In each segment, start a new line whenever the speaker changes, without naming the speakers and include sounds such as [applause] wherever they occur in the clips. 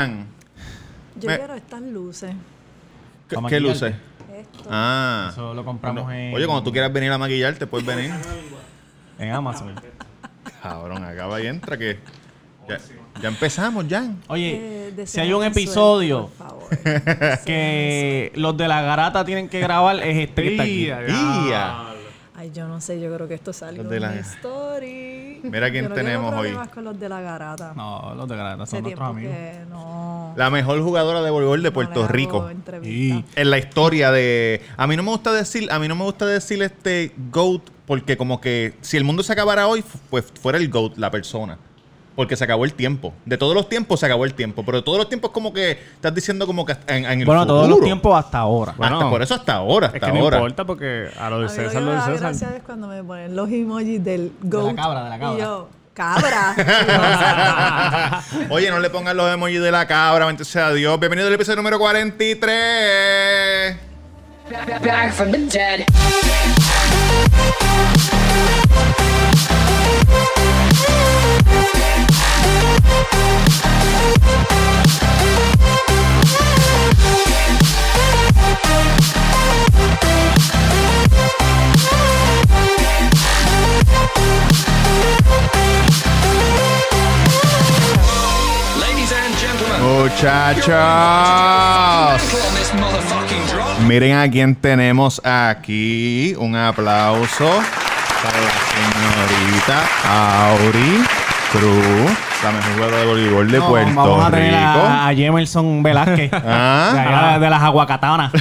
Yo
Me-
quiero estas luces.
¿Qué,
Para
qué
maquillarte.
luces?
Esto.
Ah.
Eso lo compramos
No.
en,
Oye, cuando tú quieras venir a maquillarte, puedes
[laughs]
venir.
en Amazon.
Ah.
Cabrón, acaba y entra que. Ya, ya empezamos, Jan.
Oye,
Eh, deseame
si hay un
suerte,
episodio
por
[laughs]
favor. Deseame
que los de la garata tienen que grabar, es este que está aquí.
¡Ia!
suerte. Ay, yo no sé, yo creo que esto es algo
Los de
de
la-
la story.
Mira quién
Yo no
tenemos
tengo
hoy.
problemas con los de la garata.
No, los de garata
Hace
son
tiempo
nuestros amigos.
que no.
La mejor jugadora de voleibol de
no
Puerto
le hago
Rico.
entrevista.
En la historia de. A mí no me gusta decir. A mí no me gusta decir este GOAT. Porque como que si el mundo se acabara hoy, fu- pues fuera el GOAT, la persona. Porque se acabó el tiempo. De todos los tiempos se acabó el tiempo. Pero de todos los tiempos como que estás diciendo como que hasta- en, en el
Bueno, todos los
futuro.
tiempos hasta ahora.
Hasta-
Bueno,
por eso hasta ahora, hasta
Es que no
ahora.
importa porque a lo
A
de
mí lo que
César,
me
lo de
da
César.
gracia es cuando me ponen los emojis del goat.
cabra, de la cabra.
Y yo, cabra. Y
[laughs]
yo,
[laughs] Oye, no le pongan los emojis de la cabra, bendito sea Dios. Bienvenido al episodio número 43.
Back- back from the dead.
Ladies and gentlemen,
Muchachos.
on this motherfucking drop.
Miren a quién tenemos aquí. Un aplauso para la señorita Auri Cruz, la mejor jugadora de voleibol de
No,
Puerto
vamos a tener
Rico.
a, a Jemerson Velázquez. De,
[laughs] Ah.
allá de las
[laughs]
aguacatanas.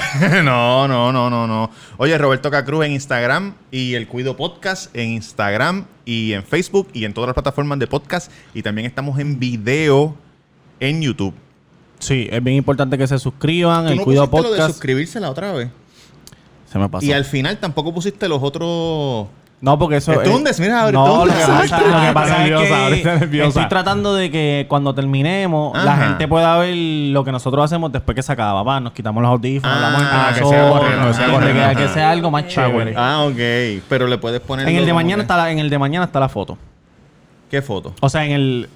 no, no, no, no, no. Oye, Roberto Cacruz en Instagram y el Cuido Podcast en Instagram y en Facebook y en todas las plataformas de podcast. Y también estamos en video en YouTube.
Sí, es bien importante que se suscriban.
Tú
El
no
Cuido
pusiste lo de
Podcast.
suscribirse la otra vez.
Se me pasó.
Y al final tampoco pusiste los otros.
No, porque eso.
Esto es un desmire, Gabriel, esto
eh, No,
es
lo
un
que pasa,
desastre.
lo que pasa
Está nerviosa,
es
ahorita
que
nerviosa.
estoy tratando de que cuando terminemos la
Ajá.
gente pueda ver lo que nosotros hacemos después que se acaba. Va, nos quitamos los audífonos,
Ah,
hablamos
ah,
entre
que sea
nosotros,
correcto, que sea
¿entiendes?
correcto.
Que- que sea algo más chévere.
Ah, ok. Pero le puedes poner.
En el de
como
mañana
que-
está la, en el de mañana está la foto.
¿Qué foto?
O sea, en el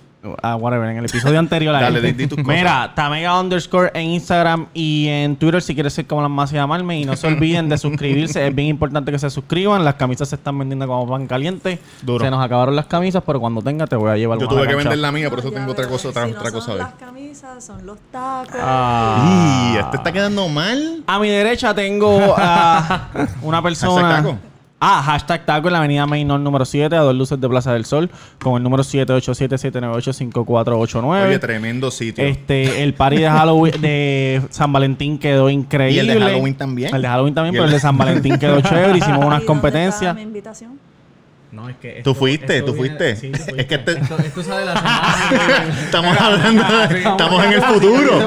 ah, whatever, en el episodio anterior. la
Dale,
gente-
di- di tus cosas.
Mira, Tamega underscore en Instagram y en Twitter si quieres ser como las más y llamarme. Y no se olviden de suscribirse. es bien importante que se suscriban. Las camisas se están vendiendo como pan caliente.
Duro.
Se nos acabaron las camisas, pero cuando tenga te voy a llevar
Yo
una
tuve
a la
que
cancha.
vender la mía, por eso
ya
tengo otra
verás.
cosa, otra,
Si no
otra cosa
Son
hoy.
las camisas, son los tacos.
Ah,
Y este está quedando mal.
A mi derecha tengo
[laughs]
a una persona.
Hashtag taco.
Ah, hashtag taco en la avenida Mainor número 7, a dos luces de Plaza del Sol, con el número 787-798-5489.
Oye, tremendo sitio.
Este, el party de Halloween de San Valentín quedó increíble.
Y el de Halloween también.
El de Halloween también,
Y
pero
el-
el de San
[laughs]
Valentín quedó chévere.
¿Y
Hicimos
dónde
unas
está
competencias.
mi invitación?
No, es que
Tú fuiste, tú fuiste. Es que este- Esto-
sale la semana.
[laughs] Estamos hablando, de- estamos en el [laughs] futuro.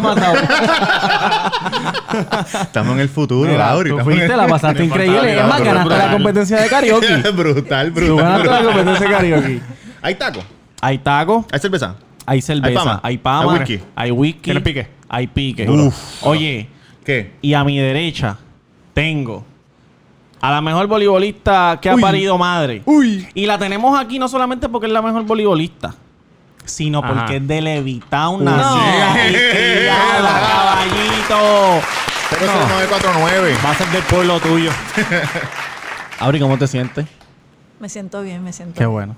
Estamos en el futuro,
Mira,
Lauri,
tú
estamos en-
fuiste, la
[laughs]
pasaste
Me faltaba
increíble. Es
la
más,
otra.
ganaste la
Brutal.
competencia
[laughs]
de karaoke.
brutal,
Tú ganaste la
brutal.
competencia de karaoke.
Hay taco,
Hay taco,
hay cerveza.
hay
Hay
cerveza,
pama.
hay pama,
Hay whisky.
hay whisky.
¿Quieres pique?
Hay pique.
Uf.
Oye,
¿Qué?
y a mi derecha tengo a la mejor voleibolista que ha parido madre.
Uy.
Y la tenemos aquí no solamente porque es la mejor voleibolista, sino
Ajá.
porque es de Levitown
No.
[laughs] nacida y criada, caballito.
Pero eso es 949.
Va a ser del pueblo [laughs] tuyo. Auri, ¿cómo te sientes?
Me siento bien, me siento
Qué
bien.
bueno.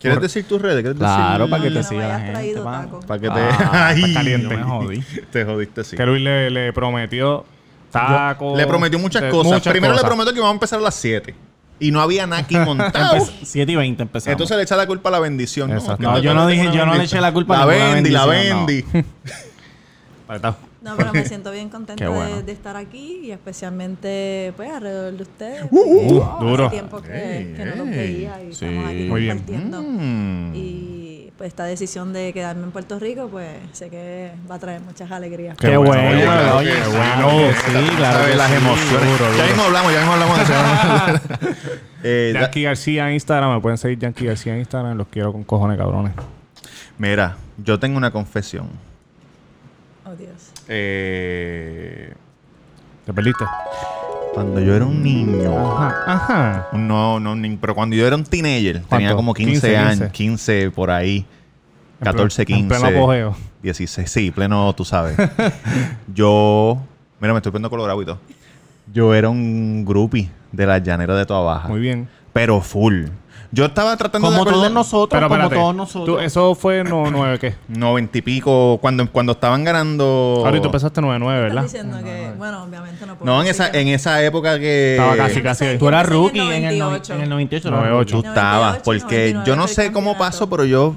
¿Quieres decir tus redes? ¿Quieres
Claro, para que
no
te
me
siga la
hayas
gente.
traído
pa.
taco.
Para que te.
Ah,
Ay,
está caliente. Me jodí.
Te jodiste, sí.
Que Luis le, le prometió tacos.
Le prometió muchas
de-
cosas. Primero
cosas.
le prometió que íbamos a empezar a las 7. Y no había nada
[laughs]
aquí montado.
Empe- 7 Pues, y 20 empezamos.
Entonces le echa la culpa a la bendición.
Exacto.
Que
No,
te
yo no
acuerdas
dije-
de una
yo no le
bendición.
eché la culpa a
La
ninguna
bendi, la bendi.
bendición,
Apretado.
No, pero me siento bien contenta
[laughs] Qué bueno.
de, de estar aquí y especialmente pues alrededor de ustedes.
Uh,
porque
uh, duro.
Hace tiempo que,
Ey,
que no los
ey.
veía y
Sí.
estamos aquí
Muy bien.
compartiendo.
[laughs]
Mm.
Y pues esta decisión de quedarme en Puerto Rico, pues sé que va a traer muchas alegrías.
Qué bueno,
Oye, claro
oye,
que sí,
claro que
claro
sí,
que
claro.
sabe
que
las
sí.
emociones.
Duro,
Ya
duro.
mismo hablamos, ya mismo hablamos de eso.
[laughs]
[laughs] Eh, da-
Yankee García en Instagram. Me pueden seguir Yankee García en Instagram. Los quiero con cojones, cabrones.
Mira, yo tengo una confesión.
Oh, Dios.
Eh,
¿Te perdiste?
cuando yo era un niño.
Ajá. Ajá.
No, no, ni- pero cuando yo era un teenager, tenía como 15,
15,
años, 15 por ahí.
En pleno-
14, 15.
en pleno apogeo.
16, sí, pleno, tú
[laughs]
sabes. Yo, mira, me estoy poniendo colorado y todo. Yo era un groupie de la llanera de toda baja.
Muy bien.
Pero full. Yo estaba tratando de
Como
acordar-
todos nosotros,
Pero
como
espérate,
eh,
todos
tú-
nosotros.
eso fue 9-9, ¿qué?
Noventa y pico, cuando, cuando estaban ganando...
Ahorita empezaste 9-9,
Estás
¿verdad?
diciendo que, bueno, obviamente no puedo.
No, en
decir
esa,
que-
en esa época que...
Estaba
Yo
casi
no sé,
casi.
yo
Tú eras
empecé en
rookie en el, noven-
98.
en el 98. eras
98.
rookie.
Tú estabas,
98,
porque
99
yo no
fue
sé
el
cómo
campeonato.
pasó, pero yo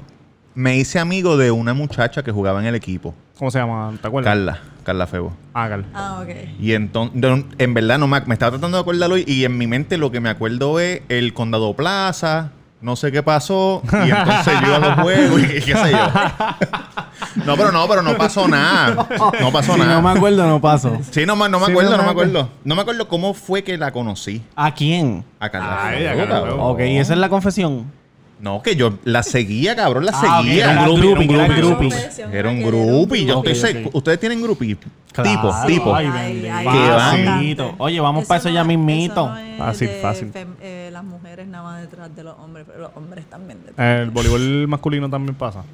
me hice amigo de una muchacha que jugaba en el equipo.
¿Cómo se llama? ¿Te acuerdas?
Carla, Carla Febo.
Ah, Carl.
Ah, ok.
Y entonces, en verdad, no me, ac- me estaba tratando de acordarlo y, y en mi mente lo que me acuerdo es el Condado Plaza, no sé qué pasó, y entonces yo iba a los juegos y [laughs] qué sé yo. No, pero no, pero no pasó nada. No pasó
Si
nada.
no me acuerdo, no
[laughs]
paso.
sí, no, ma- no me
Sí,
acuerdo,
no
no,
me
me acuerdo. No me acuerdo cómo fue que la conocí
¿A quién?
a Carla.
Ah,
Febo,
ella, Carla
cabrón.
Febo.
Ok, esa es la confesión.
No, que yo la seguía, cabrón, la
Ah, ok,
seguía.
era
Era un
groupie, era
groupie.
groupie.
Era un groupie. Yo
Ok,
estoy
ok.
seguro- Ustedes tienen groupie.
Claro.
Tipo, tipo.
Ay,
Ay, ay,
Que van.
bastante.
Oye, vamos para eso ya
no-
mismito.
eso no es
Fácil,
de
fácil.
fem- eh, las mujeres nada más detrás de los hombres, pero los hombres también detrás.
El voleibol masculino también pasa.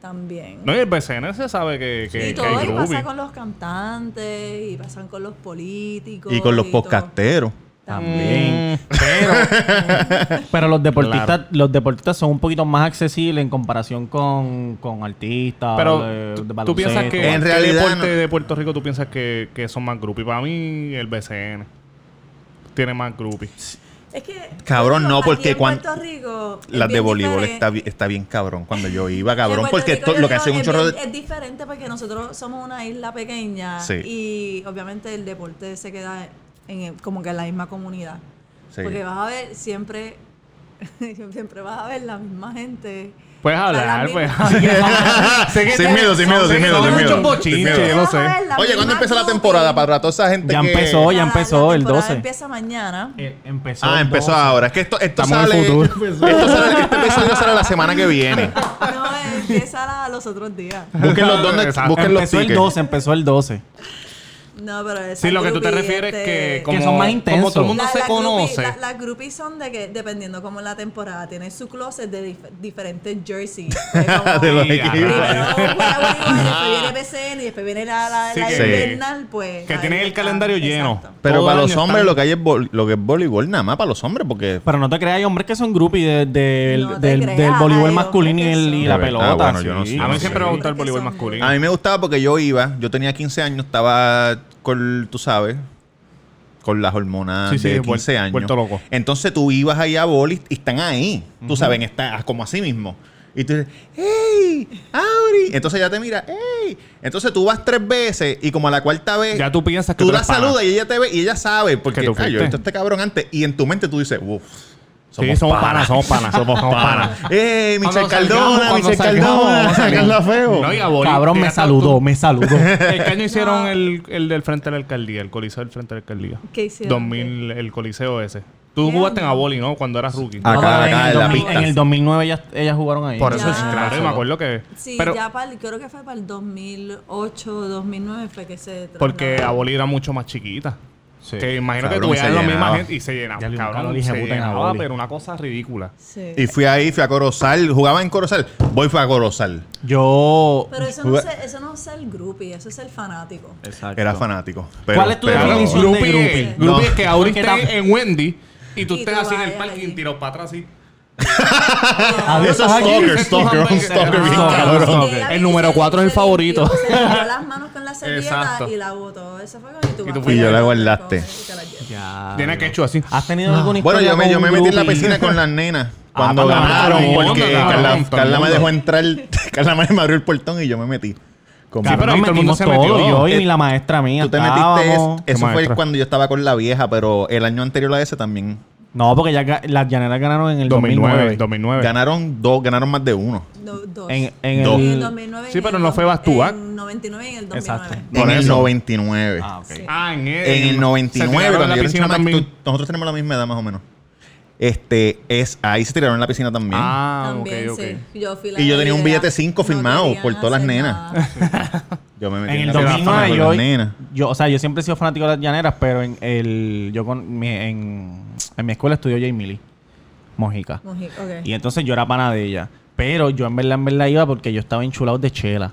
También.
No, y el BCN se sabe que, que,
y
que
todo, y
hay
pasa
groupie.
con los cantantes, y pasan con los políticos.
Y con los
todo.
podcasteros.
Mm.
También. Pero, pero los deportistas, los deportistas son un poquito más accesibles en comparación con, con artistas.
Pero
de-
tú-
de
tú piensas
baloncesto.
que
En
¿qué
realidad
deporte
no.
de Puerto Rico tú piensas que, que son más groupie. Para mí el BCN tiene más groupie.
Es que.
Cabrón,
yo
no,
digo,
porque
aquí en
cuando-
Puerto Rico. es
Las de
bien
voleibol
diferente.
está, bi- está bien cabrón. Cuando yo iba,
En
cabrón,
Puerto
porque
Rico
esto-
yo
lo que
digo
hace un
es
chorro
bien-
de...
Es diferente porque nosotros somos una isla pequeña.
Sí.
Y obviamente el deporte se queda en, el- como que en la misma comunidad.
Sí.
Porque vas a ver siempre. [laughs] siempre vas a ver la misma gente.
Puedes
O sea, las
hablar,
[laughs] mismas-
puedes hablar. Sé que
[laughs] Sin
te-
miedo, sin
son-
miedo,
sé
sin
que
miedo,
son
sin
muchos
miedo.
bochinches,
Sin miedo.
yo lo sé.
Oye, ¿cuándo empieza la temporada para toda esa gente
Ya
que-
empezó, ya.
Hoy
empezó el 12.
Empieza
[laughs]
mañana.
Eh, empezó.
Ah,
el
empezó
12.
ahora. Es que esto, esto
Estamos en
sale...
el futuro.
Esto sale... Este episodio sale la semana que viene.
No, empieza la- los otros días.
Busquen los, donde,
Exacto.
busquen los
Empezó el
tickets.
12, empezó el 12.
No, pero esa
Sí, lo que tú te
groupie,
refieres es
este,
que como,
son más
como
intensos.
todo el mundo
La-
se
la groupie-
conoce.
la- las groupies son de que, dependiendo como la temporada, tiene su closet de dif- diferentes
[laughs]
jerseys. Fue como-
De los
Sí,
equipos.
Primero juega voleibol, después viene PCN y después viene la, la,
Sí,
la
que-
invernal, pues.
que
ahí
tienen el
está,
calendario lleno.
exacto.
Pero
Todo
para
el
los
año
hombres
están-
lo que hay es vol- lo que es voleibol nada más para los hombres porque
Pero no te creas, hay hombres que son groupies de- de-
No te
del,
creas,
del voleibol
hay
masculino y,
hombres que
el- y
son.
la
De verdad,
pelota.
Ah, bueno, yo no
sí.
sé.
A mí siempre me
Sí.
gusta el voleibol masculino.
a mí me gustaba porque yo iba, yo tenía 15 años, estaba con tú sabes, con las hormonas
Sí, sí,
de
vuel-
15 años.
vuelto loco.
Entonces tú ibas ahí a boli y están ahí, tú sabes, está como así mismo. Y tú dices, ¡Ey! ¡Auri! Entonces ya te mira, ¡Ey! Entonces tú vas tres veces y como a la cuarta vez.
Ya tú piensas que
Tú
tú
la
eres pana.
saludas y ella te ve y ella sabe porque
Que tú
"Ay, yo he
fuiste".
visto a este cabrón antes. Y en tu mente tú dices, ¡Uf!
Sí, somos panas, somos panas. Somos panas.
¡Eh! Michel
Cuando salgamos,
Cardona,
cuando
Michel
salgamos,
Cardona,
vamos a salir.
Carla Feo.
No, y a boli-
Cabrón, me
fíjate tú-
saludó, me saludó. [laughs]
El año hicieron
No.
el, el del frente de la alcaldía, el coliseo del frente de la alcaldía.
¿Qué hicieron?
2000, el coliseo ese. Tú
¿Qué
jugaste en
año?
Aboli, ¿no? Cuando eras rookie.
Ah, Acá,
No, pero
acá,
en, el
en la
2000
pista.
en el 2009 ellas, ellas jugaron ahí.
Por eso es
Ya.
claro, y me acuerdo que...
Sí,
pero
ya para el- creo que fue para el 2008, 2009 fue que se.
porque
trasladaron.
Aboli era mucho más chiquita.
Sí.
Que imagino
Cabrón,
que tuvieran
se
la misma
llenaba.
gente y se llenaba.
Ya le dio un
cabrón,
calor, hija
se
de puta, en
llenaba,
Aboli.
pero una cosa ridícula.
Sí.
Y fui ahí, fui a Corozal, jugaba en Corozal, voy fue a Corozal.
Yo.
Pero eso no, se- eso no es el groupie, eso es el fanático.
Eh,
Exacto.
Era fanático. pero-
¿Cuál es tu
pero-
Claro,
definición? de
groupie,
groupie.
es- groupie
No.
es que ahora
Porque
estés
tam-
en Wendy y tú
Y
estés
tú
así en el
vayas
parking
allí.
tirado para atrás así.
Adiós,
Eso es
Ah, aquí.
stalker, stalker, un stalker bien
Ah,
cabrón.
Porque
ok.
ella
El
vino y
número
se-
cuatro es el
se
favorito.
limpió, Se limpió las manos con la servilleta
Exacto.
y la botó. Esa fue cuando tú
Y tú
vas
fuiste.
a
Y ya
la
con-
guardaste.
con- y te la llevas.
Ya.
Tiene que hecho así.
¿Has tenido alguna
Ah. Bueno,
historia?
yo me,
con
yo me
un
metí en la
groupie?
piscina con las
[laughs]
nenas.
Ah,
Cuando
cuando
ganaron,
ganaron,
porque
ganaron,
Carla,
ganaron,
Carla me
todo el
dejó
mundo.
entrar, [laughs] Carla me abrió el portón y yo me metí. Como-
Sí,
Cabrón, nos
pero ahí todo el mundo
metimos
se
todo.
metió.
Yo y
Eh,
la maestra mía.
Tú te metiste,
estábamos.
eso fue
maestra.
cuando yo estaba con la vieja, pero el año anterior a ese también.
No, porque ya ga- las llaneras ganaron en el
2009,
2009.
2009.
Ganaron dos, ganaron más de uno.
No, dos.
En, en
Dos.
Y
el.
2009
Sí,
y
pero
en
no
el
fue
dos-
back to back.
En 99 y en el 2009.
Exacto.
en
Por
el
eso.
99.
Ah, ok.
Ah, en el,
Eh, En el 99,
con
cuando yo
la
era
piscina
chamaquito,
también.
nosotros tenemos la misma edad más o menos. Este, es, ahí se tiraron en la piscina también.
Ah, ok,
También,
ok.
sí. Yo fui la
Y yo tenía un
líder.
billete cinco
No
firmado
querían
por todas las
hacer
nenas.
nada.
Yo me metí
En el
la piscina con
2009
las nenas.
yo, yo, o sea, yo siempre he sido fanático de las llaneras, pero en el yo con mi, en, en mi escuela estudió Jamie Lee Mojica.
Mujica, ok.
Y entonces yo era pana de ella. Pero yo en verdad, en verdad iba porque yo estaba enchulado de chela.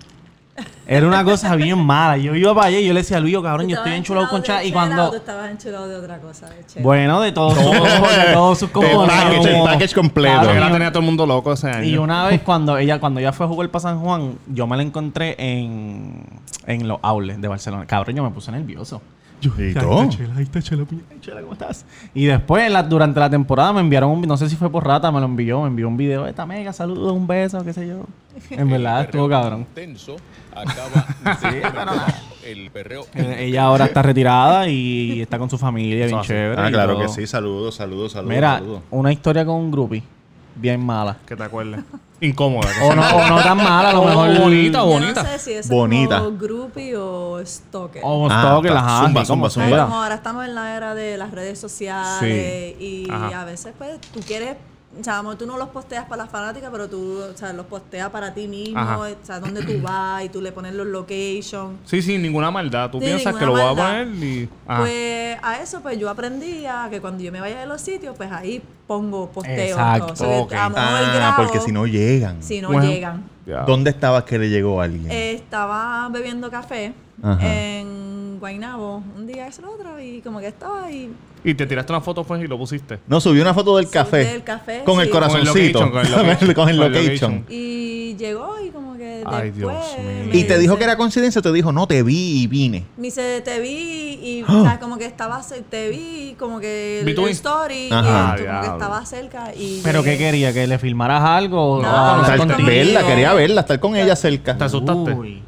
Era una cosa bien mala. Yo iba para allá y yo le decía a Luis, cabrón, yo estoy enchulado con chela.
chela
Y
Tú
cuando.
estabas enchulado de otra cosa, de chela.
Bueno, de todos sus, de todos
[laughs]
sus
Del package, el
como-
package completo.
Claro,
Porque
y
la
una-
tenía todo el mundo loco ese año.
y una
[laughs]
vez cuando ella cuando ella fue a jugar para San Juan, yo me la encontré en, en los aules de Barcelona. Cabrón, yo me puse nervioso. [laughs] Yo,
¿Y
"Ay, está
todo?
Chela, ahí está Chela, puñeta, ay, Chela, ¿cómo estás? Y después, la- durante la temporada, me enviaron un... No sé si fue por rata, me lo envió. Me envió un video de esta mega, saludos, un beso, qué sé yo. En verdad, estuvo cabrón.
Tenso, acaba el perreo.
Eh, Ella ahora está retirada y está con su familia, bien
así.
[laughs]
chévere.
Ah,
y
claro
todo.
que sí. Saludos, saludos, saludos.
Mira,
saludos.
una historia con un groupie bien mala.
Que te acuerdes. Incómoda. que
O no, o no tan mala, a lo
[laughs] O
mejor...
bonita,
Yo
bonita.
no sé si eso
Bonita.
es como groupie o stalker.
O
Ah,
stalker,
está.
ajá,
Zumba,
sí,
zumba,
como
zumba.
Pero
sea.
como ahora estamos en la era de las redes sociales y
Ajá.
a veces pues tú quieres, o sea, amor, tú no los posteas para las fanáticas, pero tú, o sea, los posteas para ti mismo,
Ajá.
o sea, dónde tú vas y tú le pones los locations.
Sí, sí, ninguna maldad. Tú
Sí,
piensas que lo
ninguna
vas a
maldad.
poner y. Ah. Ajá.
Pues a eso pues yo aprendí a que cuando yo me vaya de los sitios, pues ahí pongo posteo. todo.
Exacto,
O sea, que
ok.
a lo mejor
Ah,
grabo
porque si no llegan.
si no
Bueno.
llegan.
Pues, Ya.
¿Dónde estabas que le llegó alguien?
Eh, estaba bebiendo café
Ajá.
en Guaynabo un día y el otro y como que estaba y
Y te tiraste una foto pues y lo pusiste.
no, subió una foto del
sí,
café.
del café,
Con el
sí.
corazoncito.
Con el location,
[laughs] Con el
con el
location.
location.
Y llegó y como que
Ay, Dios
después...
mío.
me
Y te dijo
dice-
que era coincidencia, te dijo, no, te vi y vine.
Me dice, te vi
[gasps]
y o sea, como que estaba... cer- Te vi como que...
Vi
el
tu
el
Inst-
story
Ajá.
y tú como que
Diablo.
estaba cerca y...
Ah, ¿Pero qué
llegué.
quería? ¿Que le filmaras algo? o
No,
hablar
no,
O sea,
no,
Ah, contigo?
no,
verla,
no.
quería verla, estar con ella cerca.
¿Te asustaste?
Uy.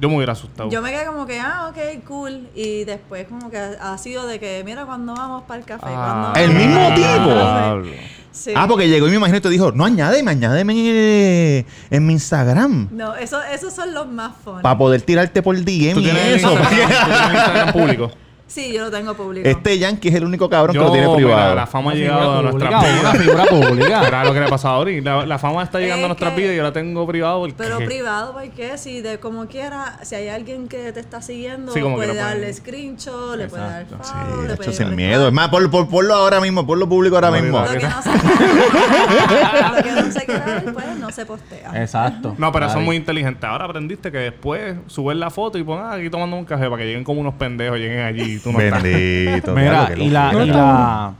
Yo me hubiera asustado.
Yo me quedé como que, ah, ok, cool. Y después como que ha ha sido de que, mira, cuando vamos para el café,
Ah,
cuando...
¿El mismo tipo?
diablo.
Sí.
Ah, porque llegó y me imagino y te dijo, no, añádeme, añádeme en, eh, en mi Instagram.
No, eso, esos son los más fun.
Para poder tirarte por DM
Tú
y
tienes
eso.
eso. Tú tienes Instagram público.
Sí, yo lo tengo
[laughs]
público.
Este Yankee es el único cabrón
Yo,
que lo tiene
mira,
privado.
la fama ha
Una
llegado
figura
a nuestras
pública, una
vidas.
figura pública.
Era lo que le pasaba a Ori. La, la fama está llegando
Es
a nuestras
que-
vidas y yo la tengo privado porque...
Pero privado, porque si de como quiera, si hay alguien que te está siguiendo,
Sí, como que
puede
lo pueden-
darle screenshot, le puede dar
Exacto.
follow,
Sí,
le
hecho
puede
sin miedo. Es más, por, por, ponlo ahora mismo, ponlo público ahora
No,
mismo.
Lo que no se pues, lo que no se queda, pues no se postea.
Exacto.
No, pero
Ay.
son muy inteligentes. Ahora aprendiste que después subes la foto y pongas ah, aquí tomando un café para que lleguen como unos pendejos, lleguen allí y
[laughs]
tú no estás.
Bendito.
Mira,
claro que
y,
lo
la,
quiero.
y la,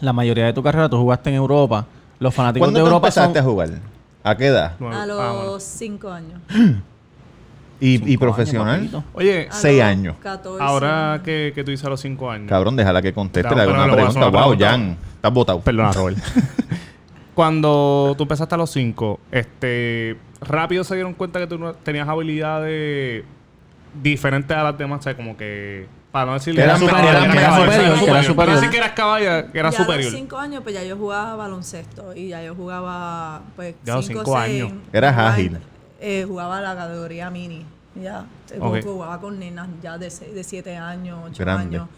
la mayoría de tu carrera tú jugaste en Europa. Los fanáticos de
¿Cuándo tú
Europa
empezaste
son...
a jugar? ¿A qué edad?
Nueve-
A
ah, bueno.
los 5 años.
¿Y, y
Cinco años,
profesional?
papito.
Oye,
A
Seis
los
años.
14.
ahora que, que tú dices a los cinco años.
Cabrón, déjala que conteste.
No,
le hago
pero
una
le voy a hacer
pregunta.
una
Wow,
pregunta.
Jan. Estás votado.
[laughs]
Perdona, Robert. [laughs] Cuando tú empezaste a los 5, este, rápido se dieron cuenta que tú no- tenías habilidades diferentes a las demás, o sea, como que para no decirle
Que era
Eras
superior,
caballo,
que era
caballo,
superior, que era superior.
Así que eras caballo, que era
ya a
superior.
los 5 años, pues ya yo jugaba baloncesto y ya yo jugaba, pues,
Ya a los
cinco,
cinco
seis,
años.
Eras
jugaba-
ágil.
eh, jugaba la categoría mini, ya. Eh,
Ok.
Jugaba con nenas ya de 7 de siete años, 8
Grande.
años.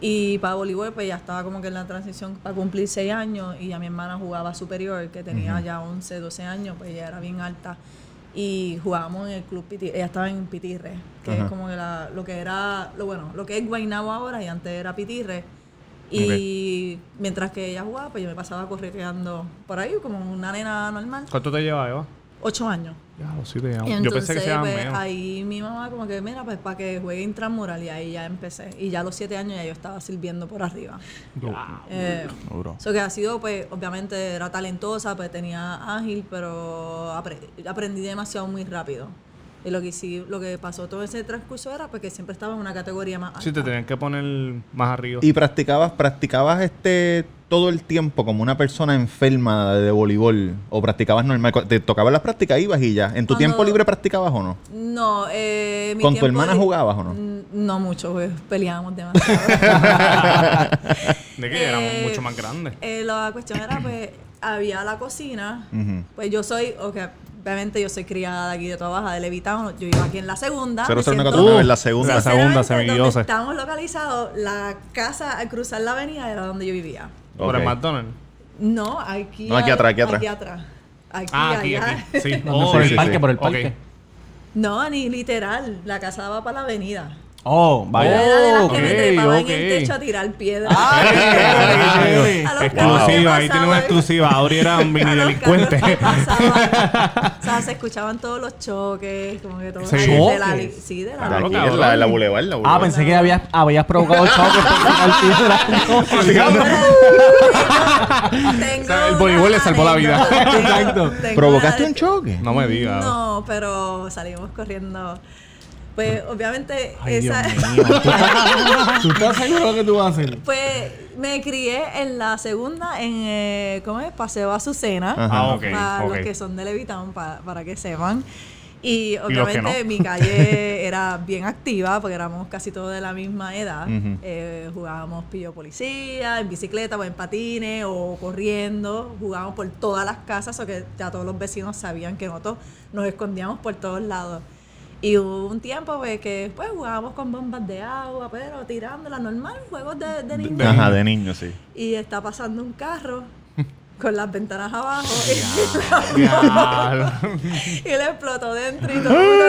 Y para voleibol, pues ya estaba como que en la transición para cumplir 6 años y ya mi hermana jugaba superior, que tenía ya 11, 12 años, pues ya era bien alta. Y jugábamos en el club Pitirre, ella estaba en Pitirre, que
Ajá.
es como que la- lo que era, lo bueno, lo que es Guaynabo ahora y antes era Pitirre. Y mientras que ella jugaba, pues yo me pasaba correteando por ahí como una nena normal,
¿Cuánto te lleva, Eva?
8 años.
Ya, los siete ya.
Y
Yo
entonces,
pensé que se llevaban
pues,
menos.
ahí mi mamá como que, mira, pues para que juegue intramural y ahí ya empecé. Y ya a los siete años ya yo estaba sirviendo por arriba. Eh,
Duro.
so que ha sido, pues, obviamente era talentosa, pues tenía ágil, pero apre- aprendí demasiado muy rápido. Y lo que hice, lo que pasó todo ese transcurso era porque siempre estaba en una categoría más alta.
Sí, te tenían que poner más arriba.
Y practicabas, practicabas este todo el tiempo como una persona enferma de voleibol o practicabas normal, Cu- te tocabas las prácticas, ibas y ya. ¿En tu
Cuando-
tiempo libre practicabas o no?
No, eh, mi
¿Con tu
tiempo
hermana
de-
jugabas o no?
Mm, No mucho, pues,
[laughs]
peleábamos demasiado.
de que éramos
Eh,
mucho más grandes.
eh, la cuestión era,
[clears throat]
pues, había la cocina.
Ujú.
Pues yo soy, ok, obviamente yo soy criada de aquí de toda baja de Levitown. Yo iba aquí en la segunda.
Cero,
me
cero,
siento-
nueve, en la segunda.
La segunda,
Sinceramente, donde
semidiosa.
Estábamos localizados, la casa al cruzar la avenida era donde yo vivía.
Por el
Ok.
McDonald's.
No, aquí.
No, aquí
al-
atrás, aquí atrás.
Aquí atrás. Aquí,
Ah, aquí,
allá. [laughs]
aquí. Sí,
No,
Oh,
sí,
por el
sí,
[laughs]
parque,
sí.
por el
Ok.
parque.
No, ni literal. La casa daba para la avenida.
Oh, vaya.
Era de las
ok,
que me trepaban en el
ok. Ah,
techo a tirar piedras.
Ay,
A los carros
exclusiva,
que
ahí tiene una
pasaban.
exclusiva. Auri era un
[laughs]
mini
A los
delincuente.
carros que
[laughs]
pasaban. o sea, se escuchaban todos los choques, como que todo.
Sí.
De la,
¿Choques?
sí, de
De
la
Claro.
aquí es la, la Boulevard, la
Ah,
Boulevard.
pensé que habías, habías provocado choques por tirar piedras.
[laughs]
No. [laughs]
Tengo
O sea, el
una
voleibol le salvó la vida.
[laughs] anécdota.
Exacto.
Tengo
¿Provocaste
una
un choque?
[laughs] No me digas.
No, pero salimos corriendo. Pues obviamente
Ay, Dios
esa
mío.
[laughs]
¿Tú estás- ¿Tú estás seguro que tú vas a hacer?
pues me crié en la segunda en eh, ¿cómo es? Paseo Azucena.
Ah, ok.
para
ok.
los que son de Levitown, pa- para que sepan. Y
que
obviamente
no.
mi calle era bien activa porque éramos casi todos de la misma edad.
Ujú.
Eh, jugábamos pillo policía, en bicicleta o en patines o corriendo. Jugábamos por todas las casas, o que ya todos los vecinos sabían que nosotros nos escondíamos por todos lados. Y hubo un tiempo pues, que pues, jugábamos con bombas de agua, pero tirándolas normal, juegos de, de niños
Ajá, de niño, sí.
y está pasando un carro con las ventanas abajo
Diablo.
y le explotó dentro y todo el
[laughs]
mundo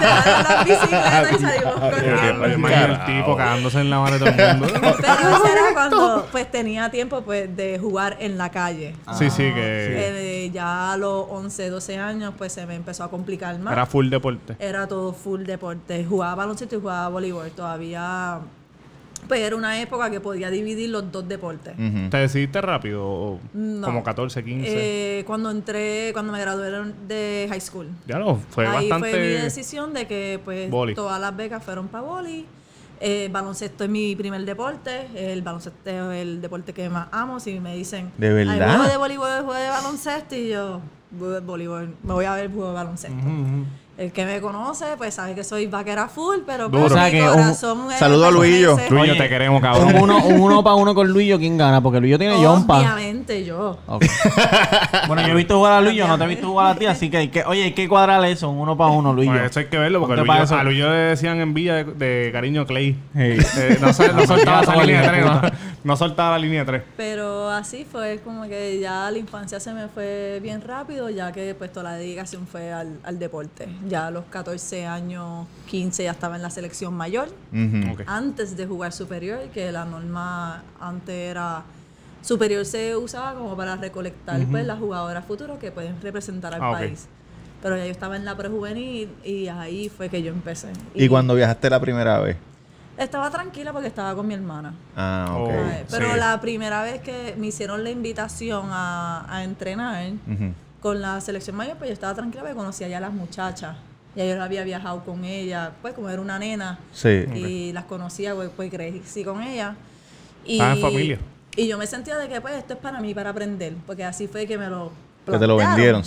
dejaron la bicicleta y salimos
Diablo, yo
corriendo.
imagino el tipo cagándose en la mano de todo el mundo.
[laughs] Pero eso era cuando pues tenía tiempo pues de jugar en la calle.
Sí, sí, que
Eh, ya a los 11, 12 años pues se me empezó a complicar más.
era full deporte.
Era todo full deporte. Jugaba baloncesto y jugaba voleibol. Todavía pues era una época que podía dividir los dos deportes.
Ujú.
¿Te decidiste rápido? o
No.
Como 14, 15.
Eh, cuando entré, cuando me gradué de high school.
ya lo fue
Ahí
Pues bastante.
fue mi decisión de que pues
Boli.
todas las becas fueron para boli. Eh, baloncesto es mi primer deporte. El baloncesto es el deporte que más amo. Si me dicen,
¿De
"Ay,
verdad?
juego de voleibol, juego de baloncesto. Y yo, "Juego de voleibol, me voy a ver juego de baloncesto. El que me conoce, pues sabe que soy vaquera full, pero pues,
Duro. O sea
mi
que un-
corazón es
Saludo a
baloncesto.
Luillo.
Luillo,
Oye,
te queremos,
Un
cabrón.
uno, un uno para uno con Luillo, ¿quién gana? Porque Luillo
Oh,
tiene yompa.
Obviamente yo.
Ok. Bueno, yo he visto jugar a Luillo, no te he visto jugar a ti, así que, hay que oye, hay que cuadrar eso, un uno para uno, Luillo.
Bueno, Pues eso hay que verlo, porque a
Ponte
Luillo,
pa' eso.
a Luillo le decían en Villa de, de cariño Clay. Eh,
[laughs]
no, sol- no soltaba esa
Hijo de
línea de tres, no,
puta.
No soltaba la línea 3.
Pero así fue como que ya la infancia se me fue bien rápido, ya que pues toda la dedicación fue al, al deporte. Ya a los 14 años, 15 ya estaba en la selección mayor,
Ujú.
Ok.
antes de jugar superior, que la norma antes era superior se usaba como para recolectar pues las jugadoras futuras que pueden representar al
Ah, ok.
país. Pero ya yo estaba en la prejuvenil y ahí fue que yo empecé.
¿Y cuando viajaste la primera vez?
Estaba tranquila porque estaba con mi hermana.
Ah, ok.
Oh.
Ay, Pero
sí.
la primera vez que me hicieron la invitación a, a entrenar
Ujú.
con la selección mayor, pues yo estaba tranquila porque conocía ya a las muchachas. Ya yo había viajado con ella, pues como era una nena
Sí.
y las conocía, pues, pues crecí con ella. Y,
Estaban en familia.
Y yo me sentía de que pues esto es para mí, para aprender, porque así fue que me lo...
Que te lo
plantearon.
vendieron,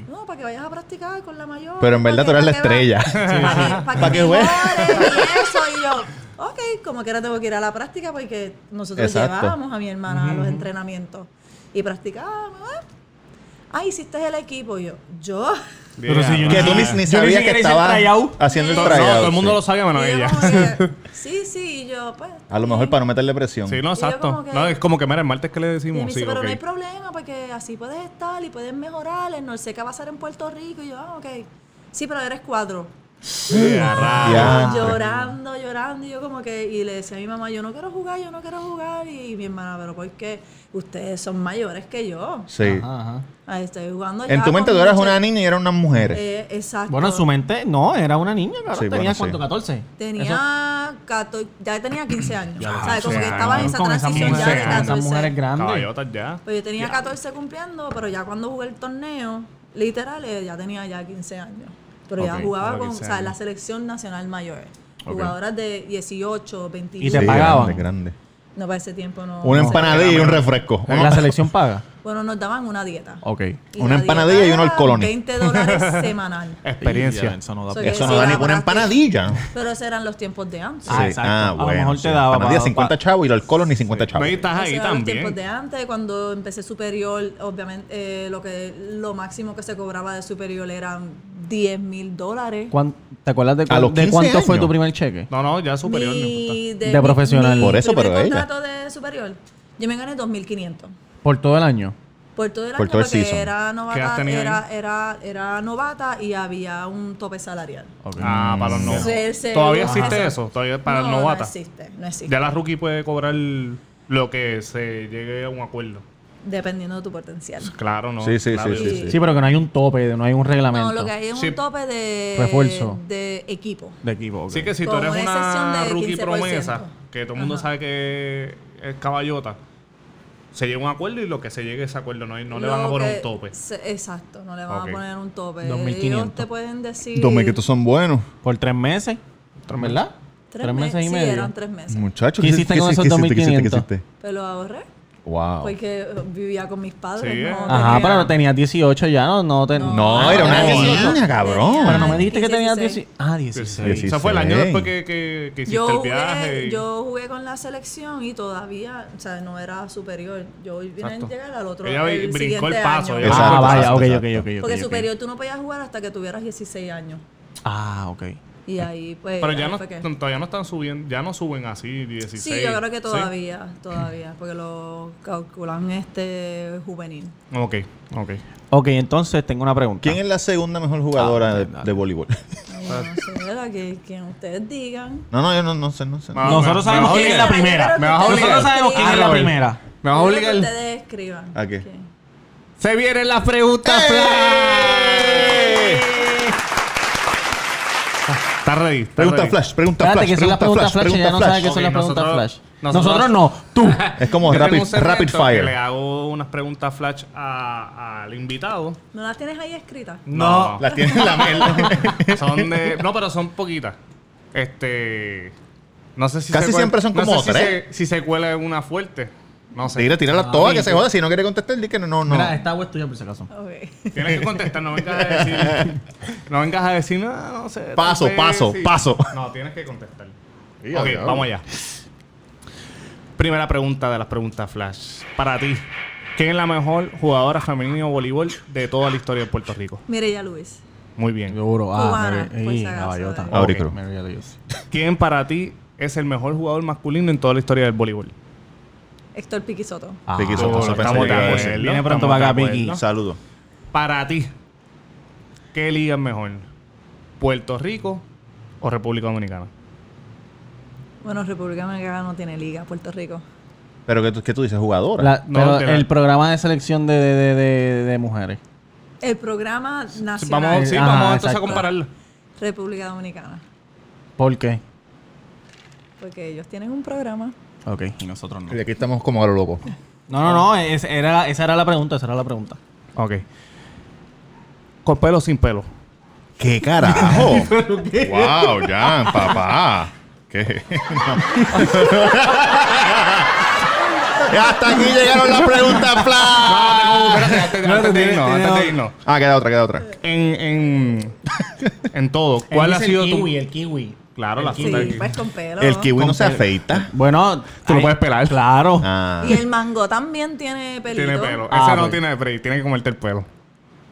sí.
No, para que vayas a practicar con la mayor.
Pero en verdad tú
porque
eras la
[laughs] para que
estrella.
va- Para que, para
Pa'
que
que juegues.
mejores y eso. Y yo, ok, como que ahora tengo que ir a la práctica porque nosotros
Exacto.
llevábamos a mi hermana a los entrenamientos y practicábamos. ah. Ah, hiciste el equipo. Y yo, yo.
Pero si yo
Que
no-
tú ni,
Yo
ni
ni
sabías
siquiera
que
hice el
estaba
tryout.
haciendo el
No,
No,
tryout.
todo el mundo
sí.
lo sabe menos
[laughs] y yo
Ah, ella.
como que,
[laughs]
sí, sí. Y yo, pues.
A lo mejor para no meterle presión.
Sí, no,
Y yo
exacto.
como que-
No, es como que mira, el martes que le
Y me
decimos.
dice,
Sí,
pero
ok.
no hay problema porque así puedes estar y puedes mejorar. El no sé qué va a pasar en Puerto Rico. Y yo, ah, ok. Sí, pero eres cuadro.
Ya, raro.
Diantre.
llorando, llorando. Y yo como que, y le decía a mi mamá, yo no quiero jugar, yo no quiero jugar. Y mi hermana, pero ¿por qué? Ustedes son mayores que yo.
Sí.
Ajá, ajá.
Ahí estoy jugando.
En
ya
tu mente
con
tú eras
mucha-
una niña y eran unas mujeres.
Eh, exacto.
Bueno, en su mente, no, era una niña, cabrón.
Sí, bueno,
tenía
sí.
cuánto, 14.
Tenía 14, ya tenía 15 años. o sea, como
o
que
sea,
estaba en esa
con esas
transición ya
mujeres,
de
con esas
14.
mujeres grandes.
Caballotas ya.
Pues yo tenía 14 cumpliendo, pero ya cuando jugué el torneo, literal, eh, ya tenía ya 15 años. Pero
Ok,
ya jugaba
a
con, o
15
sea, la
años.
selección nacional mayor.
Ok.
Jugadoras de 18, 21.
Y te
Sí,
pagaban.
Grande, grande.
No, para ese tiempo no.
Una
no sé.
empanadilla y un refresco.
La selección paga.
Bueno, nos daban una dieta.
Ok.
Y
Una
la
empanadilla
dieta
y uno al
era
colony.
20 dólares semanal.
Experiencia.
Eso no da
So
pena.
que
Eso
sí,
no da
la
ninguna
práctica.
empanadilla.
Pero esos eran los tiempos de
[laughs]
antes.
Ah,
Sí.
exacto. A lo mejor te
sí.
daba
Empanadilla
pa-
50 chavos y el alcohol ni 50
No,
chavos.
y estás
Esos
ahí
eran pues, los tiempos
también.
de antes, cuando empecé superior, obviamente eh, lo que lo máximo que se cobraba de superior eran 10 mil dólares.
¿Cuán- ¿Te acuerdas de, cuán-
A los
de
15
cuánto fue
años.
tu primer cheque?
No, no, ya superior. no importa.
De profesional.
mi
Por eso,
primer
pero ella.
contrato de superior, yo me gané 2.500
Por todo el año.
Por todo el
Por
año
todo el
porque
season.
era
¿Qué edad
novata,
tenía
era, era, era novata y había un tope salarial.
Ok.
Ah, para los
Sí, el
novatos.
seguro.
¿Todavía existe eso? ¿Todavía para
no,
el novata?
No existe, no existe.
Ya la rookie puede cobrar lo que se llegue a un acuerdo.
Dependiendo de tu potencial.
Claro, ¿no?
Sí, sí,
Claro,
sí,
yo-
sí, sí.
Sí, pero que no hay un tope, no hay un reglamento
No, lo que hay es un
Sí.
tope de,
Refuerzo.
de equipo.
de equipo. ok.
Sí que si tú
Con
eres
una excepción
una
de
rookie
15%.
promesa, que todo el mundo
Ajá.
sabe que es caballota, se llega a un acuerdo y lo que se llegue a ese acuerdo no, no le van a
Lo
poner
que-
un tope.
se- exacto, no le van
Ok.
a poner un tope.
2.500.
Ellos te pueden decir...
2.500 son buenos.
Por tres meses, ¿verdad? Tres, meses, y
sí,
medio.
eran tres meses.
Muchachos,
¿Qué hiciste con esos 2.500?
Pero lo ahorré
Wow.
porque vivía con mis padres.
Sí,
no
eh.
Ajá,
tenía-
pero no tenías 18 ya, no, no, te-
No,
Ah,
era una
era
niña,
18.
cabrón.
Tenía-
Pero no me dijiste que tenías
16.
16. Ah, 16.
O sea, fue el año
16.
después que, que, que hiciste
Yo
el
jugué,
viaje. y-
yo jugué con la selección y todavía, o sea, no era superior. Yo vine
Exacto.
a llegar al otro
Ella
el
brincó
siguiente
el paso,
año.
ella-
Ah,
Exacto,
vaya,
exacto,
ok, ok, ok.
exacto.
ok,
Porque
ok.
superior tú no podías jugar hasta que tuvieras 16 años.
Ah, ok.
Y ahí, pues.
Pero ya
ahí
no,
fue que-
todavía no están subiendo, ya no suben así 16.
Sí, yo creo que
¿sí?
todavía, todavía, porque lo calculan este juvenil.
Ok, ok.
Ok, entonces tengo una pregunta.
¿Quién es la segunda mejor
Ah,
jugadora de, de voleibol?
No sé, era que, que ustedes digan.
No, no, yo no, no sé, no sé.
Ah,
Nosotros
me-
sabemos
me
quién es
vas
la
a obligar.
primera.
Me vas a obligar.
Nosotros sabemos quién es la primera.
Me vas a
Yo creo
obligar.
Que ustedes escriban.
¿A qué?
Se vienen las
¡Eh!
preguntas flash. Está ready. está
Pregunta
ready.
flash, pregunta
Espérate, que
flash,
son las
pregunta
preguntas
flash,
flash. Ya no
pregunta
sabes
flash.
qué son
Ok,
las preguntas
nosotros-
flash.
nosotros-
Nosotros no, tú.
Es como
Yo tengo
rapid,
un segmento
rapid
que le
fire.
hago unas preguntas flash a- al invitado.
¿No las tienes ahí escritas?
No.
La tiene
[laughs]
en la mierda.
[laughs] Son de. No, pero son poquitas. Este. No sé si
Casi
cuela-
siempre son
no
como
sé si
tres.
se- Si se, cuela una fuerte. No sé.
Tira, tírala toda, que se joda. Si no quiere contestar, di que no, no. no.
esta agua es tuya por si acaso.
Ok. [laughs]
Tienes que contestar, no vengas a decir.
[laughs]
No vengas a decir, "Ah, no, no sé. tal
Paso,
vez,
paso,
sí".
paso.
No, tienes que contestar.
Sí,
ok,
diablo.
vamos allá. Primera pregunta de las preguntas Flash. Para ti, ¿quién es la mejor jugadora femenina de voleibol de toda la historia de Puerto Rico?
Mireya Luis.
Muy bien.
Seguro. Ah,
Cubana,
Mary-
por
ey,
si acaso,
caballota.
eh.
Auri
Ok.
Cruz.
Mary Elias.
¿Quién para ti es el mejor jugador masculino en toda la historia del voleibol?
Héctor Piquisoto.
Ah,
Te quiso-
Seguro,
eso pensé
estamos
que iba a
de
decir.
acuerdo.
Viene pronto
Estamos
para acá,
de
Vicky.
acuerdo.
Saludos.
Para ti, ¿qué liga es mejor? ¿Puerto Rico o República Dominicana?
Bueno, República Dominicana no tiene liga, Puerto Rico.
Pero que tú, que tú dices jugadora.
La-
No,
pero
de la-
el programa de selección de, de, de, de- de mujeres.
El programa
Sí,
nacional.
Vamos, sí,
Ah,
vamos entonces a
exacto.
compararlo.
República Dominicana.
¿Por qué?
Porque ellos tienen un programa.
Ok. Y nosotros no.
Y aquí estamos como a lo loco.
No, no, no. es- era la- esa era la pregunta. Esa era la pregunta.
Ok. ¿Con pelo o sin pelo?
¿Qué carajo? wow, ya, papá. ¿Qué? [laughs] Hasta aquí llegaron las preguntas, flash.
Antes de irnos, antes de irnos.
Ah, queda otra, queda otra.
En, en, en todo, ¿cuál ha sido tu...
el kiwi.
Claro, la
Sí,
fruta del kiwi.
pues con pelo.
El kiwi no se afeita.
Bueno,
Tú lo
ay,
puedes pelar.
Claro.
Ah,
Y el mango también tiene pelito.
Tiene pelo.
Ah,
Ese no
pues.
tiene spray, tiene que comerte el pelo.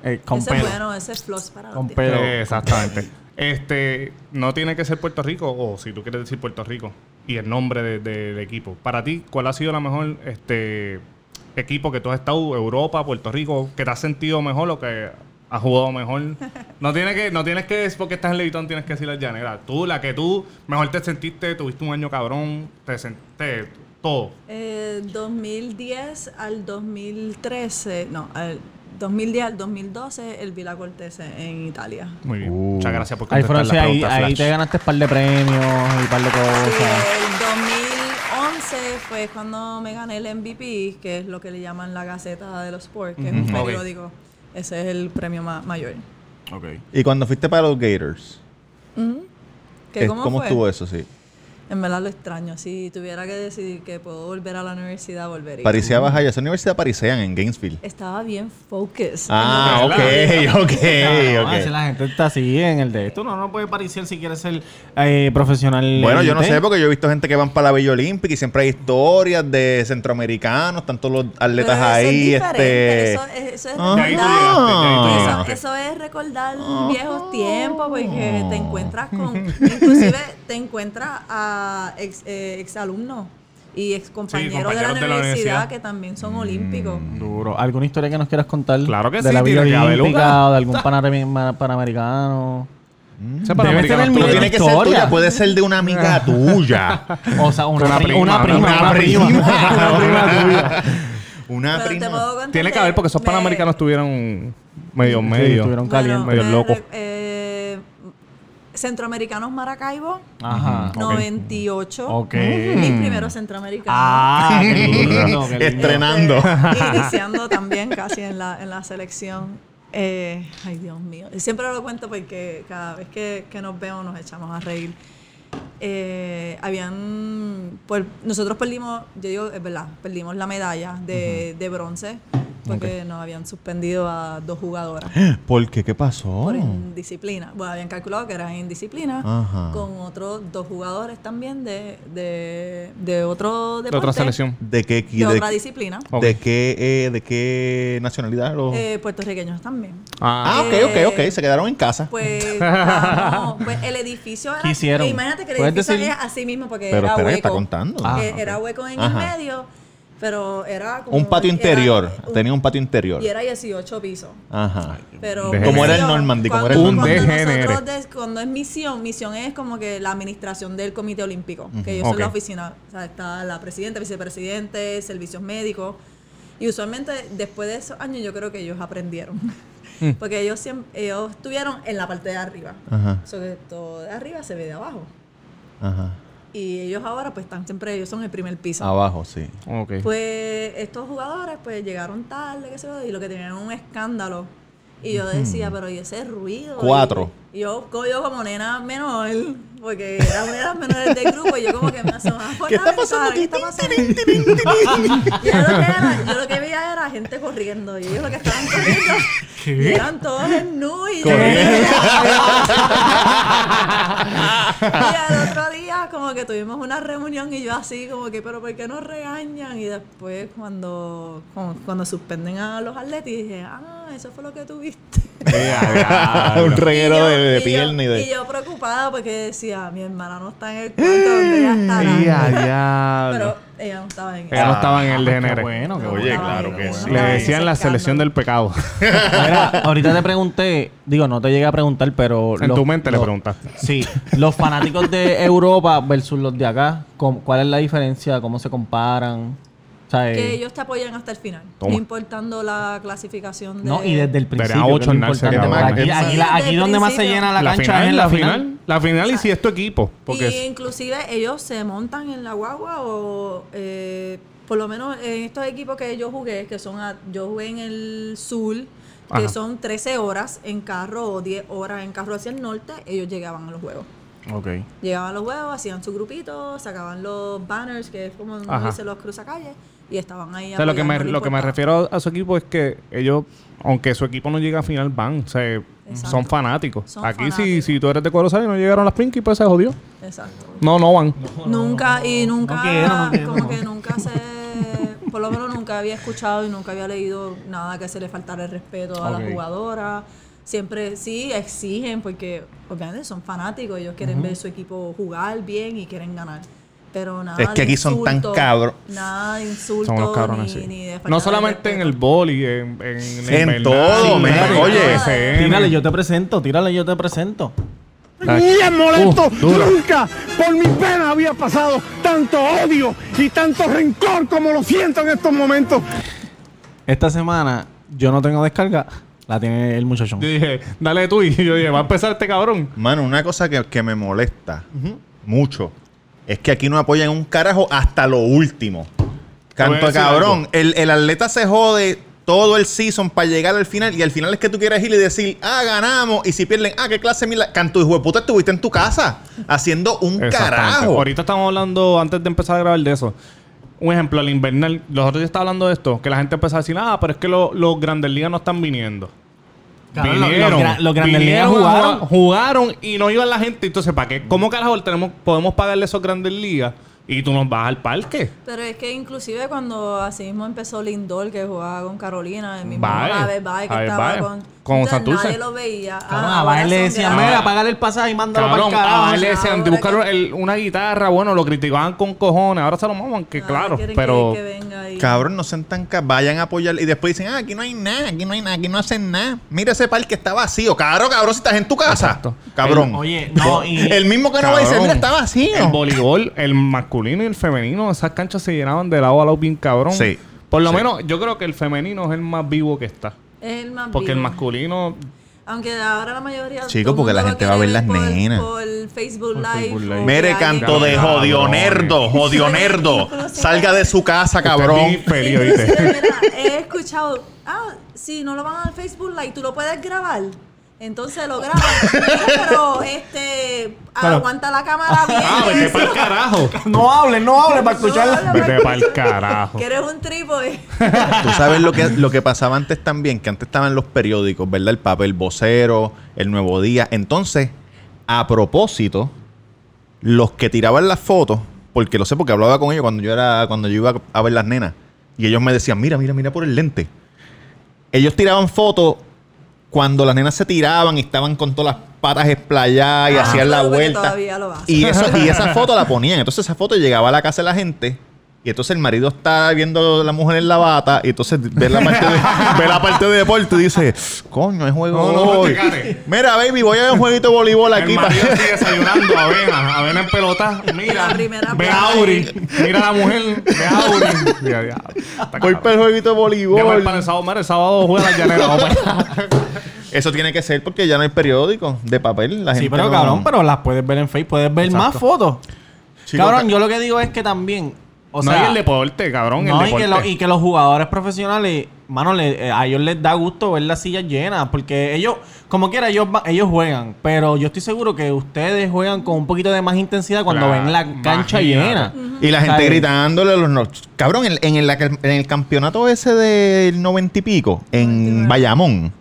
Eh, con
ese
pelo.
es bueno, ese es floss para
Con
los
pelo.
dientes.
Eh, exactamente. este, no tiene que ser Puerto Rico, o si tú quieres decir Puerto Rico, y el nombre de- de- del equipo. Para ti, ¿cuál ha sido la mejor este equipo que tú has estado, Europa, Puerto Rico, que te has sentido mejor o que has jugado mejor? No tienes que, no tienes que, es porque estás en Levitón, tienes que decir la llanera. Tú, la que tú mejor te sentiste, tuviste un año cabrón, te sentiste todo.
Eh, 2010 al 2013, no, al 2010 al 2012, el Vila Cortese en Italia.
Muy bien.
Uh.
Muchas gracias por
Ahí, fueron,
contestar
sí,
la
ahí,
pregunta,
ahí
Flash.
te ganaste un par de premios y un par de
Y
cosas.
Eh, el 2011 fue cuando me gané el MVP, que es lo que le llaman la Gaceta de los Sports, que es un
Ujú. Ok.
periódico. Ese es el premio ma- mayor.
Y cuando fuiste para los Gators,
¿Qué,
es-
¿Cómo,
¿cómo
fue?
estuvo eso? Sí.
En verdad lo extraño. Si tuviera que decidir que puedo volver a la universidad, volvería.
Pariseabas allá. Esa universidad parisean en Gainesville.
Estaba bien focused.
Ah, ok, ok,
No, a
ok.
veces la gente está así en el de esto. No, no puede parecer si quieres ser eh, profesional.
Bueno, yo no
élite.
sé, porque yo he visto gente que van para la Villa Olímpica y siempre hay historias de centroamericanos, tanto los atletas
Pero eso es
ahí, este.
diferente, Eso, es- eso es
Ah.
De ahí tú
recordar-
llegaste, de ahí Ah. tú
Ah.
llegaste.
Eso, eso es recordar viejos tiempos porque te encuentras con, inclusive te encuentras a ex, eh, exalumnos y ex compañeros de, la
compañeros de la
universidad
universidad. Mm.
que también son olímpicos.
Duro. ¿Alguna historia que nos quieras contar?
Claro que
de
sí,
la
tiene que
Villa
haber
Olímpica
una.
o de algún panare- panamericano.
O sea, para
Debes
América
tener
no
No
tuvo-
mil-
tiene que ser
Historia. Ah.
tuya, puede ser de una amiga tuya.
O sea, una,
Una
pri-
prima,
una
una
prima.
prima,
Una prima
Una prima.
una
[laughs]
[laughs]
tuya.
[laughs] Una
Pero te puedo
prima.
contar
Tiene que haber porque esos
me-
panamericanos tuvieron medio
Sí,
medio.
estuvieron calientes.
medio
me
loco.
re- eh, centroamericanos Maracaibo,
Ah,
Ajá.
98.
Ok.
Mis primeros centroamericanos.
Ah, qué lindo, qué lindo.
Estrenando.
Eh, Iniciando también casi en la, en la selección. Eh, ay, Dios mío. Siempre lo cuento porque cada vez que, que nos vemos nos echamos a reír. Eh, habían. Pues, nosotros perdimos, yo digo, es verdad, perdimos la medalla de, de bronce porque nos habían suspendido a dos jugadoras
Oh. ¿Por qué? ¿Qué pasó?
por indisciplina. Bueno, habían calculado que era indisciplina
Ajá.
con otros dos jugadores también de, de, de otro
De
deporte.
otra selección.
¿De qué
De
de-
otra disciplina.
Ok.
¿De qué, eh, de qué nacionalidad? o-
Eh, puertorriqueños también.
ah, ok,
eh,
ok, ok. Se quedaron en casa.
[laughs]
Pues, estábamos- pues el edificio era.
¿Qué hicieron?
Imagínate que el
¿Puedes
edificio
decir?
era así mismo porque
Pero
era
espera, que
hueco.
está contando.
Ah,
Eh,
ok.
Era hueco en
Ajá.
el medio, pero era como.
un patio
era-
interior. Tenía un patio
Y
interior.
era 18 pisos.
Ajá.
Pero
De
qué
género.
sé
Como era el
yo,
Normandy, como era
cuando-
el
Normandy. Un
cuando
de
nosotros des- Cuando es misión, misión es como que la administración del Comité Olímpico, que yo soy
ok.
la oficina, o sea, está la presidenta, vicepresidente, servicios médicos. Y usualmente después de esos años yo creo que ellos aprendieron.
Mm.
[laughs] Porque ellos siempre, ellos estuvieron en la parte de arriba.
Ajá,
Sobre todo de arriba se ve de abajo.
ajá.
Y ellos ahora pues están siempre, ellos son el primer piso.
Abajo, sí.
Ok.
Pues estos jugadores pues llegaron tarde, qué sé yo, y lo que tenían era un escándalo. Y yo decía, pero ¿y ese ruido?
Cuatro.
Y yo, co- yo como nena menor, porque era una de las menores del grupo, y yo como que me asomaba por
¿Qué
la
está pasando
ventana,
aquí?
¿qué está pasando? Yo lo, que era- yo lo que veía era gente corriendo, y ellos lo que estaban
[laughs]
corriendo, y eran todos en y yo- y al otro día como que tuvimos una reunión y yo así como que, pero ¿por qué nos regañan? Y después cuando, cu- cuando suspenden a los atletas dije, ah, eso fue lo que
[laughs]
tuviste.
[laughs]
un
Y
reguero
yo-
de, de
y
pierna y
yo,
de.
y yo preocupada porque decía, mi hermana no está en el cuarto
[laughs]
donde ella estará. Pero ella no estaba en
Ella no estaba en el
Qué
DNR.
bueno, qué
no
bueno.
Oye,
estaba
claro
en-
que
no
sí.
estaba
Le
en ese
decían la selección
escándalo.
[laughs]
del pecado.
Mira, ahorita te pregunté, digo, no te llegué a preguntar, pero.
En tu mente le preguntaste.
Sí, los fanáticos de Europa versus los de acá, ¿cómo- ¿cuál es la diferencia? ¿Cómo se comparan? O sea,
Que
eh,
ellos te apoyan hasta el final,
Toma.
no importando la clasificación de...
no, y desde el principio.
ocho
que es lo
Hernández
importante,
Hernández.
porque Aquí, aquí, la-
Desde
aquí
el
donde más se
principio.
llena la, cancha es en la, final.
La final y si es tu equipo. Porque
y inclusive ellos se montan en la guagua o eh, por lo menos en estos equipos que yo jugué, que son a- yo jugué en el sur, que
Ajá.
son 13 horas en carro o 10 horas en carro hacia el norte, ellos llegaban a los juegos.
Ok.
Llegaban a los juegos, hacían su grupito, sacaban los banners, que es como
Ajá.
dicen los cruzacalles, y estaban ahí.
o sea, lo que me,
apoyando, no
lo que me
importaba.
refiero a su equipo es que ellos, aunque su equipo no llegue a final, van. O sea, son fanáticos.
Son
Aquí Si,
fanáticos.
si tú eres de Corozal y no llegaron las Pinky, pues se jodió.
Exacto.
No, no van.
Nunca, y nunca,
No quiero, no quiero,
como
no.
que nunca se, por lo menos nunca había escuchado y nunca había leído nada que se le faltara el respeto a
Ok.
las jugadoras. Siempre sí exigen porque obviamente son fanáticos, ellos quieren ver su equipo jugar bien y quieren ganar. Pero nada
Es que
de
aquí son tan
insulto,
cabros.
Nada de insultos
Son unos cabrones,
ni,
sí.
ni de faltar
No
de
solamente en el
respeto.
boli, en, en,
En
invernal,
todo,
en
men,
el
oye.
BCN.
Tírale, yo te presento, tírale, yo te presento.
Mira, molesto,
Uh, duro.
nunca por mi pena había pasado tanto odio y tanto rencor como lo siento en estos momentos.
Esta semana yo no tengo descarga, la tiene el muchachón.
Yo dije, dale tú. Y yo dije, va a empezar este cabrón.
Mano, una cosa que, que me molesta mucho es que aquí no apoyan un carajo hasta lo último.
voy a
Canto
decir
cabrón.
algo.
El, el atleta se jode todo el season para llegar al final y al final es que tú quieres ir y decir, ah, ganamos. Y si pierden, ah, qué clase mila. Canto hijo de puta, estuviste en tu casa haciendo un
Exactamente.
carajo.
Ahorita estamos hablando, antes de empezar a grabar de eso. Un ejemplo, el invernal. Los otros días estaba hablando de esto, que la gente empezó a decir, ah, pero es que lo- los grandes ligas no están viniendo.
Claro, los- los gra- los Grandes Ligas
vinieron a
jugaron.
jugar- jugaron y no iban la gente. Entonces, ¿para qué? ¿Cómo carajo tenemos, podemos pagarle esos grandes ligas? y tú nos vas al parque.
Pero es que inclusive cuando así mismo empezó Lindor, que jugaba con Carolina, el mismo
Baez,
Javier Baez, que
Javier
estaba
Baez,
con...
con
entonces
Santurce.
Nadie lo veía.
Cabrón,
Ah,
a Baez
ahora
le
son
decían,
grandes.
mira, págale el pasaje y mándalo
Cabrón,
para el
a
carajo.
él le decían,
ahora
te buscaron
que-
el- una guitarra, bueno, lo criticaban con cojones, ahora se lo maman, que
Ah,
claro,
quieren que-
pero...
que venga ahí.
Cabrón, no sean tan ca- Vayan a apoyar. Y después dicen, ah, aquí no hay nada, aquí no hay nada, aquí no hacen nada. Mira ese parque está vacío. Cabrón, cabrón, si estás en tu casa. Cabrón.
El- oye, no, y-
El mismo que no va a decir,
Cabrón,
mira, está
El
vacío.
voleibol, el masculino y el femenino, esas canchas se llenaban de lado a lado bien cabrón.
Sí.
Por lo
Sí.
menos, yo creo que el femenino es el más vivo que está.
Es el más
Porque el
vivo.
masculino,
Aunque ahora la mayoría...
Chico,
todo
porque
el
la
mundo lo
gente va a ver
quiere
las
por-
nenas.
Por Facebook Live.
Facebook
o
Live.
que
Mire,
alguien-
canto de
Cabrones.
jodionerdo, jodionerdo.
[laughs]
Salga de su casa,
Usted es
cabrón.
bien feliz,
Inclusive, [laughs]
¿oíste?
mira, he escuchado, ah, si no lo van al Facebook Live, tú lo puedes grabar. Entonces lo graban.
[laughs]
pero este aguanta la cámara bien.
Ah, vete pa'l carajo.
No hables, no
[laughs]
hables para escucharla.
No, no, no,
Vete pa'l carajo.
Que eres un trípode.
Tú sabes lo que, lo que pasaba antes también, que antes estaban los periódicos, ¿verdad? El papel vocero, el nuevo día. Entonces, a propósito, los que tiraban las fotos, porque lo sé, porque hablaba con ellos cuando yo era, cuando yo iba a ver las nenas, y ellos me decían, mira, mira, mira por el lente. Ellos tiraban fotos cuando las nenas se tiraban y estaban con todas las patas esplayadas y
Ah,
hacían la
creo que
vuelta.
todavía lo hacen.
Y, eso, y esa foto la ponían. Entonces esa foto llegaba a la casa de la gente. Y entonces el marido está viendo a la mujer en la bata. Y entonces ve la parte de, ve la parte de deporte y dice: Coño, es juego.
No, no, no
hoy.
te cates.
Mira, baby, voy a ver un jueguito de voleibol
El
aquí. pa- [laughs]
marido sigue desayunando avena, avena en pelota. Mira,
La primera
ve a
plana
Auri. Mira a la mujer, ve a Auri. Ya, ya, está
Voy
cabrón.
para el jueguito de
Ya voy para
voleibol.
el sábado, madre, el sábado juega la llanera. vamos para allá.
Eso tiene que ser porque ya no hay periódico de papel. La
Sí,
gente
pero
no-
cabrón, pero las puedes ver en Facebook, puedes ver más fotos.
Chico,
cabrón,
ca-
yo lo que digo es que también, o
no,
sea,
y el deporte, cabrón,
no,
el
y, que
deporte.
lo- y que los jugadores profesionales, mano, le- eh, a ellos les da gusto ver las sillas llenas, porque ellos, como quiera, ellos, va- ellos juegan, pero yo estoy seguro que ustedes juegan con un poquito de más intensidad cuando
Claro,
ven la cancha
imagínate.
llena.
Y la gente
¿Sabes?
gritándole a los no- Cabrón, en, en la- en el campeonato ese del noventa y pico, en Bayamón,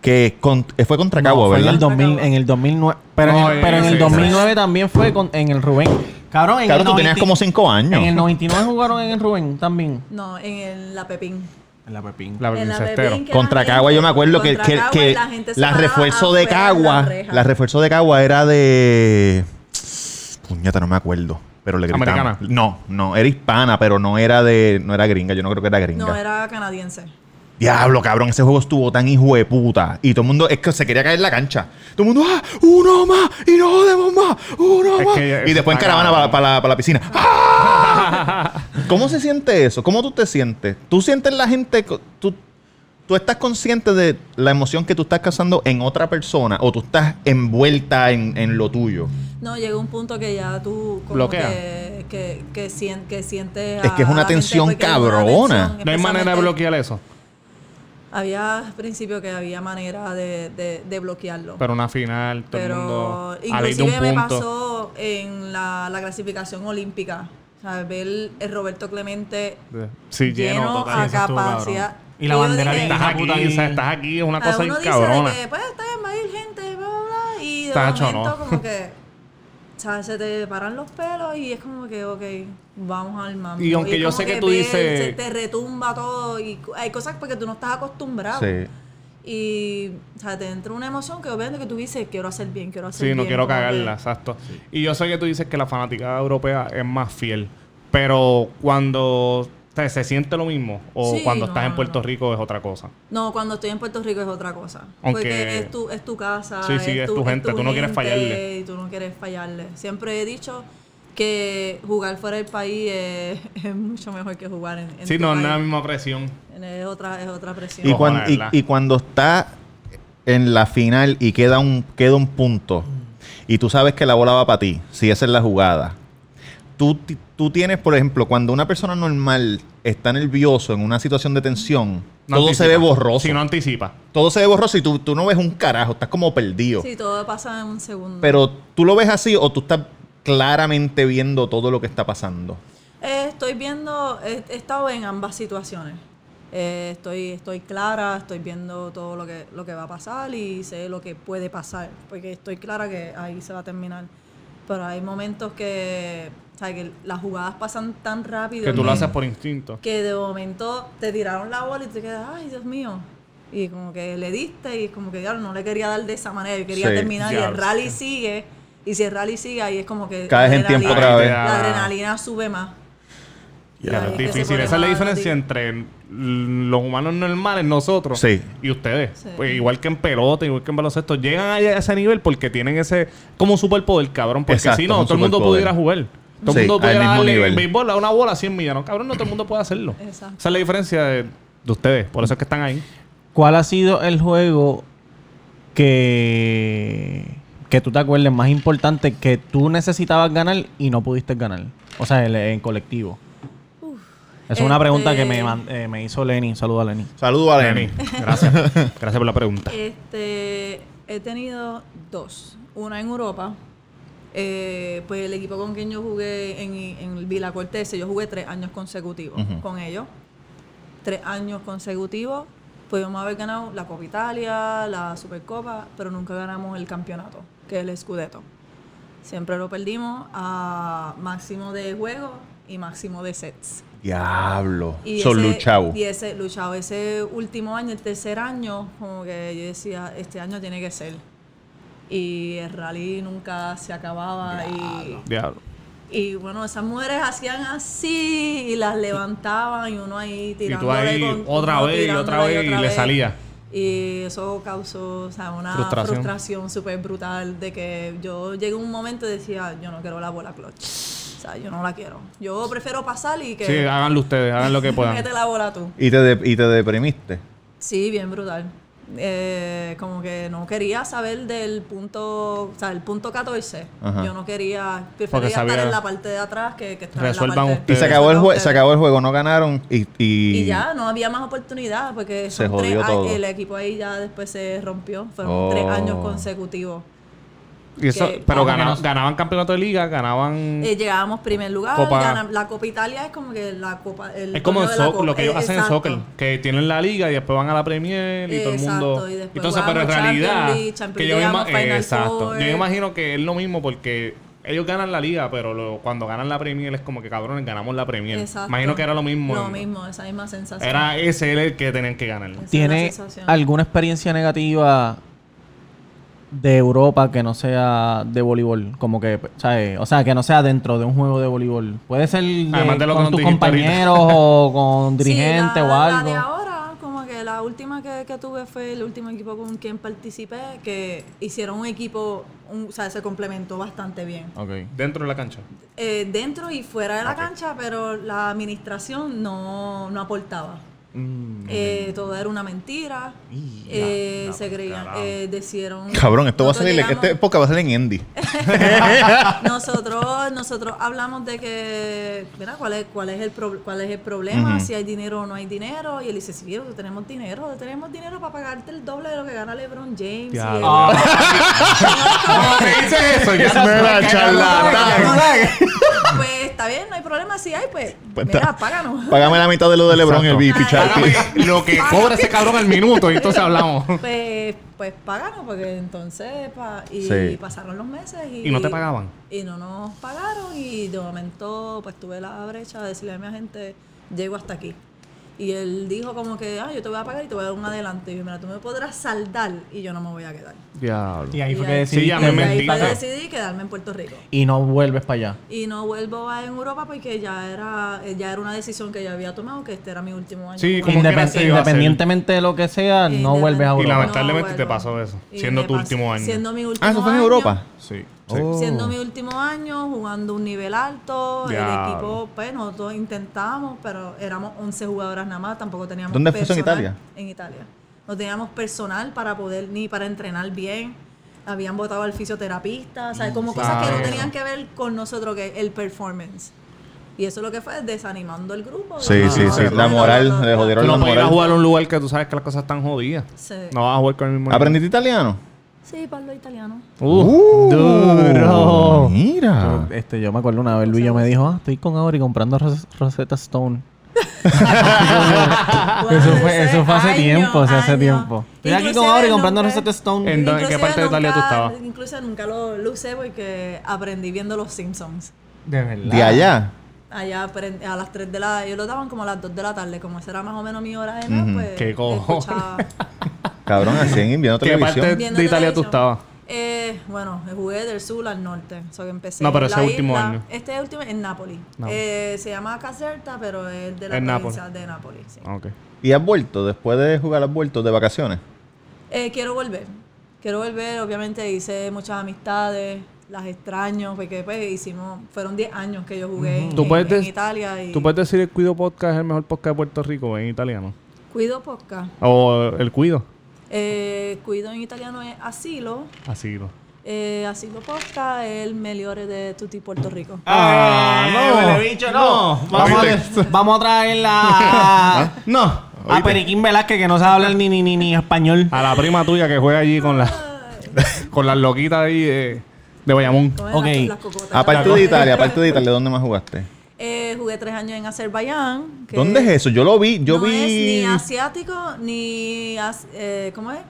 que con- fue contra
No,
Cabo,
fue en
¿verdad?
el 2000, en el 2009, pero,
No,
en, el,
eh,
pero en
sí,
el
sí.
2009 también fue con- en el Rubén. Cabrón, en
Claro,
el
tú tenías
90
como cinco años.
En el 99 jugaron en el Rubén también.
No, en el- la Pepín.
En la Pepín.
La
En la
princestero.
Pepín que
Contra
la
Cagua,
gente-
yo me acuerdo que,
contra
que,
Cagua
que
la gente se
la
paraba
refuerzo de
afuera en
Cagua,
la reja.
la refuerzo de Cagua era de. Puñeta, no me acuerdo. Pero le gritaban.
¿Americana?
No, no, era hispana, pero no era de. No era gringa, yo no creo que era gringa.
No, era canadiense.
Diablo, cabrón, ese juego estuvo tan hijo de puta. Y todo el mundo, es que se quería caer la cancha. Todo el mundo, ah, uno más, y no jodemos más, uno
Es
más.
que eso
Y después en
está
caravana
cabrón.
para la, pa' la piscina.
[laughs]
¡Ah! ¿Cómo se siente eso? ¿Cómo tú te sientes? ¿Tú sientes la gente, co- tú, tú estás consciente de la emoción que tú estás causando en otra persona o tú estás envuelta en, en lo tuyo?
No, llega un punto que ya tú como
Bloquea.
que que, que, sien- que sientes
Es que es
a
una
la gente,
tensión
porque es una
cabrona.
tensión,
No hay manera de
especialmente-
bloquear eso.
Había al principio que había manera de, de- de bloquearlo.
Pero una final, todo el
Pero
mundo. a ley de un
inclusive me
punto.
pasó en la, la clasificación olímpica. ¿sabes? Ver el Roberto Clemente
Sí, lleno,
lleno
total.
a
Eso estuvo cabrón.
capacidad.
Y la
yo
bandera
dije-
bien
Estás
Hija
aquí,
puta,
o sea,
y-
estás aquí, es una
Ah,
cosa
uno dice
cabrona.
de que pues está bien, va a ir gente, bla, bla, bla, y de
Tacho,
momento
no. [laughs]
como que ¿sabes? se te paran los pelos y es como que, ok, vamos al mambo.
Y aunque
es
yo
como
sé que tú dices-
se te retumba todo y cu- hay cosas porque tú no estás acostumbrado.
Sí.
Y o sea, te entra una emoción que obviamente que tú dices, quiero hacer bien, quiero hacer
Sí,
bien.
no quiero
como que-
cagarla, exacto. Y yo sé que tú dices que la fanática europea es más fiel, pero cuando te- se siente lo mismo o
Sí,
cuando
no,
estás en
no,
Puerto
no.
Rico es otra cosa.
No, cuando estoy en Puerto Rico es otra cosa.
Aunque-
Porque es tu, es tu casa.
Sí, sí, es tu gente, tú no quieres fallarle.
Y tú no quieres fallarle. Siempre he dicho que jugar fuera del país es, [laughs] es mucho mejor que jugar en, en
sí,
tu
no,
país.
no es la misma presión.
Es otra, es otra presión.
Y,
Ojo,
cuan-
la
y-
verdad.
y cuando está en la final y queda un, queda un punto y tú sabes que la bola va para ti, si esa es la jugada, tú, ti- tú tienes, por ejemplo, cuando una persona normal está nervioso en una situación de tensión,
No
todo
anticipa.
se ve borroso.
Si no anticipa.
Todo se ve borroso y tú, tú no ves un carajo, estás como perdido.
Sí, todo pasa en un segundo.
Pero tú lo ves así o tú estás claramente viendo todo lo que está pasando.
Eh, estoy viendo, he, he estado en ambas situaciones. Eh, estoy, estoy clara, estoy viendo todo lo que, lo que va a pasar y sé lo que puede pasar, porque estoy clara que ahí se va a terminar pero hay momentos que, ¿sabes? que las jugadas pasan tan rápido
Que tú lo haces por instinto.
que de momento te tiraron la bola y te quedas, ay, Dios mío. Y como que le diste y como que diablo, no le quería dar de esa manera, yo quería
Sí,
terminar y el
diablo,
rally sigue. Y si el rally sigue, ahí es como que...
Caes en
la
tiempo
adrenalina-
otra vez.
La adrenalina sube más.
Ya,
Ahí
es
es que se
difícil.
pone
Esa es la
más
diferencia
difícil.
entre l- los humanos normales, nosotros,
Sí.
y ustedes.
Sí.
Pues igual que en pelota, igual que en baloncesto, llegan ahí a ese nivel porque tienen ese como superpoder, cabrón. Porque
Exacto,
si
es
no,
un
todo el mundo
superpoder.
pudiera jugar. Todo
Sí,
el mundo
al
pudiera
mismo
darle
nivel.
en béisbol a una bola a 100 millas. ¿no? Cabrón, no todo el mundo puede hacerlo.
Exacto.
Esa es la diferencia de, de ustedes. Por eso es que están ahí.
¿Cuál ha sido el juego que, que tú te acuerdes más importante que tú necesitabas ganar y no pudiste ganar? O sea, el- en colectivo. Esa es una pregunta que me,
este-
man- eh, me hizo Lenny. Saludos a Lenny.
Saludos a
Lenny,
Lenny.
gracias. gracias por
[laughs]
la
Eh,
pregunta.
Este, he tenido dos. Una en Europa. eh, pues el equipo con quien yo jugué en, en el Vila Cortese, yo jugué tres años consecutivos
Ujú.
con ellos. Tres años consecutivos. Pudimos haber ganado la Copa Italia, la Supercopa, pero nunca ganamos el campeonato, que es el Scudetto. Siempre lo perdimos a máximo de juego y máximo de sets.
Diablo.
Y
Son
ese-
luchao.
Y ese luchado, ese último año, el tercer año, como que yo decía, este año tiene que ser. Y el rally nunca se acababa. Y,
Diablo.
y bueno, esas mujeres hacían así y las levantaban y uno ahí
tú
tirándole
ahí
con-
otra
uno
vez y
tirándole
otra vez y le salía.
Y eso causó o sea, una
Frustración.
frustración súper brutal de que yo llegué a un momento y decía, yo no quiero la bola clutch. O sea, yo no la quiero. Yo prefiero pasar y que... [laughs]
Sí, háganlo ustedes, hagan lo que puedan.
Mete la bola tú.
Y te, de- y te deprimiste.
Sí, bien brutal. Eh, como que no quería saber del punto, o sea, el punto 14.
Ajá.
Yo no quería, prefería
sabía-
estar en la parte de atrás que, que estar
Resuelvan
en la
Y
parte
ustedes.
se acabó, el jue-
ustedes.
se acabó el juego, no ganaron y...
Y,
Y,
ya, no había más oportunidad porque
Se
son tres
jodió
a-
todo.
el equipo ahí ya después se rompió. Fueron
Oh.
tres años consecutivos.
Y eso-
que-
pero
Ah,
gana-
porque no-
ganaban campeonato de liga, ganaban...
Eh, llegábamos primer lugar.
Copa-
gana- la Copa Italia es como que la Copa. El
Es como
torneo
en
de la
soc-
Copa.
lo que ellos
Eh,
hacen en
exacto.
soccer, que tienen la liga y después van a la Premier y todo el
Exacto,
mundo.
y después
Entonces, pero en
jugamos Champions
realidad,
League, Champions
que yo me,
League,
ima-
vamos Final
exacto.
Four.
yo me imagino que es lo mismo porque ellos ganan la liga, pero lo- cuando ganan la Premier es como que cabrones, ganamos la Premier.
Exacto.
Imagino que era lo mismo.
Lo
en-
mismo, esa misma sensación.
Era ese el que tenían que ganar.
Esa es la
¿Tiene
sensación.
alguna experiencia negativa de Europa que no sea de voleibol? Como que, ¿sabes? O sea, que no sea dentro de un juego de voleibol. Puede ser de-
Además de lo que
con
nos
tus
dijiste ahorita.
compañeros o
[laughs]
con
Sí,
dirigentes
la-
o
La
algo.
de ahora, como que la última que, que tuve fue el último equipo con quien participé, que hicieron un equipo, un- o sea, se complementó bastante bien.
Ok.
Dentro de la cancha.
Eh, dentro y fuera
Ah,
de la cancha, pero la administración no, no aportaba.
Mm,
Eh, todo era una mentira. Eh, se creían, eh, decidieron.
pues, Cabrón, esto va a
Nosotros
salir... este Esta
llegamos-
época va a salir en
[laughs]
Andy.
nosotros nosotros hablamos de que mira cuál es cuál es el pro- cuál es el problema
Ujú.
si hay dinero o no hay dinero y él dice sí pero tenemos dinero tenemos dinero para pagarte el doble de lo que gana LeBron James
Ya,
y él-
Ah,
Ah.
ya.
Ah,
[laughs] ¿Te dices eso? Ya
sabes que
charlatán.
pues está bien no hay problema si hay pues,
Pues
mira
está.
páganos
Págame la mitad de lo de LeBron y el
Exacto.
VIP, Charlie.
Págame lo
Ah,
que cobra ese cabrón al minuto y entonces hablamos.
pues pues páganos porque entonces pa- y
Sí.
pasaron los meses y,
¿Y no te pagaban?
y no nos pagaron y de momento pues tuve la brecha de decirle a mi agente llego hasta aquí y él dijo como que ah yo te voy a pagar y te voy a dar un adelante y yo mira tú me podrás saldar y yo no me voy a quedar
Diablo.
Y ahí fue
Y
que
ahí-
decidí.
Sí, ya me
y ahí fue que
mentiste.
decidí quedarme en Puerto Rico
Y no vuelves para allá.
y no vuelvo a en Europa porque ya era eh, ya era una decisión que ya había tomado que este era mi último año
Sí,
jugando.
como
Independ-
quiera se iba a hacer.
independientemente de lo que sea, no
Independiente-
vuelves a
No
Y
Europa.
lamentablemente te
vuelvo.
pasó eso,
Y
siendo
me
tu último año.
siendo mi último
Ah, ¿eso fue en
año.
Europa?
Sí. Oh,
Oh.
Siendo mi último año, jugando un nivel alto,
Diablo.
el equipo, pues nosotros intentábamos, pero éramos 11 jugadoras nada más, tampoco teníamos
¿Dónde fue eso, en Italia?
En Italia. No teníamos personal para poder, ni para entrenar bien. Habían votado al fisioterapista, o sea,
Mm,
como cosas que no
claro.
tenían que ver con nosotros, que el performance. Y eso lo que fue es desanimando el grupo.
Sí, sí, sí. La moral, le jodieron la
No puedes ir a
moral.
jugar a un lugar que tú sabes que las cosas están jodidas.
Sí.
No vas a jugar con el mismo nivel.
¿Aprendiste italiano?
Sí, Pablo italiano.
Uh,
Duro.
Mira.
"Ah, Este, yo me acuerdo una vez, Luis me dijo, ah, estoy con Auri comprando Ros- Rosetta Stone.
Pues
Eso fue, eso fue hace
Años,
tiempo, o sea, hace
años.
tiempo. Estoy aquí con
Inclusive
Auri comprando
nunca-
Rosetta Stone.
En- dónde- qué
inclusive
parte de Italia tú
nunca-
estabas?
Incluso nunca lo, lo usé porque aprendí viendo Los Simpsons.
De verdad.
De allá.
Allá aprend- a las 3 de la... Ellos lo daban como a las 2 de la tarde. Como esa era más o menos mi hora de no,
Ujú.
pues...
Qué cojones. [laughs]
escuchaba.
Cabrón, así en invierno
¿Qué
televisión.
parte-
Viendo
de Italia tú
televisión.
estabas?
Eh, bueno, jugué del sur al norte. So que empecé
No, pero
en
ese
la
último
isla.
año.
Este último en Nápoles.
No.
Eh, se llama Caserta, pero es de la
En
provincia de Nápoles. sí.
Ah, Ok.
¿Y has vuelto? Después de jugar, has vuelto de vacaciones.
Eh, quiero volver. Quiero volver. Obviamente hice muchas amistades. Las extraño. Porque pues hicimos... Fueron 10 años que yo jugué en,
¿Tú
en-
puedes
en
des-
Italia. Y
¿Tú puedes decir el Cuido Podcast es el mejor podcast de Puerto Rico en italiano?
Cuido podcast.
O el Cuido.
Eh, cuido en italiano es asilo.
Así no.
Eh, asilo podcast es el Meliore de Tutti Puerto Rico.
Ah,
Eh,
no,
huele bicho, no.
Vamos, a,
¿Viste?
vamos a [laughs] traerla a,
No.
a Periquín Velázquez, que no sabe hablar ni, ni, ni, ni español.
A la prima tuya que juega allí con la, [laughs] con las loquitas ahí de, de Bayamón.
Comen
Ok.
las- las cocotas.
Aparte de Italia, aparte de Italia, ¿dónde más jugaste?
[laughs] Eh, jugué tres años en Azerbaiyán. que
¿Dónde es eso? Yo lo vi, yo
no
vi.
es ni asiático, ni. as- eh, ¿Cómo es?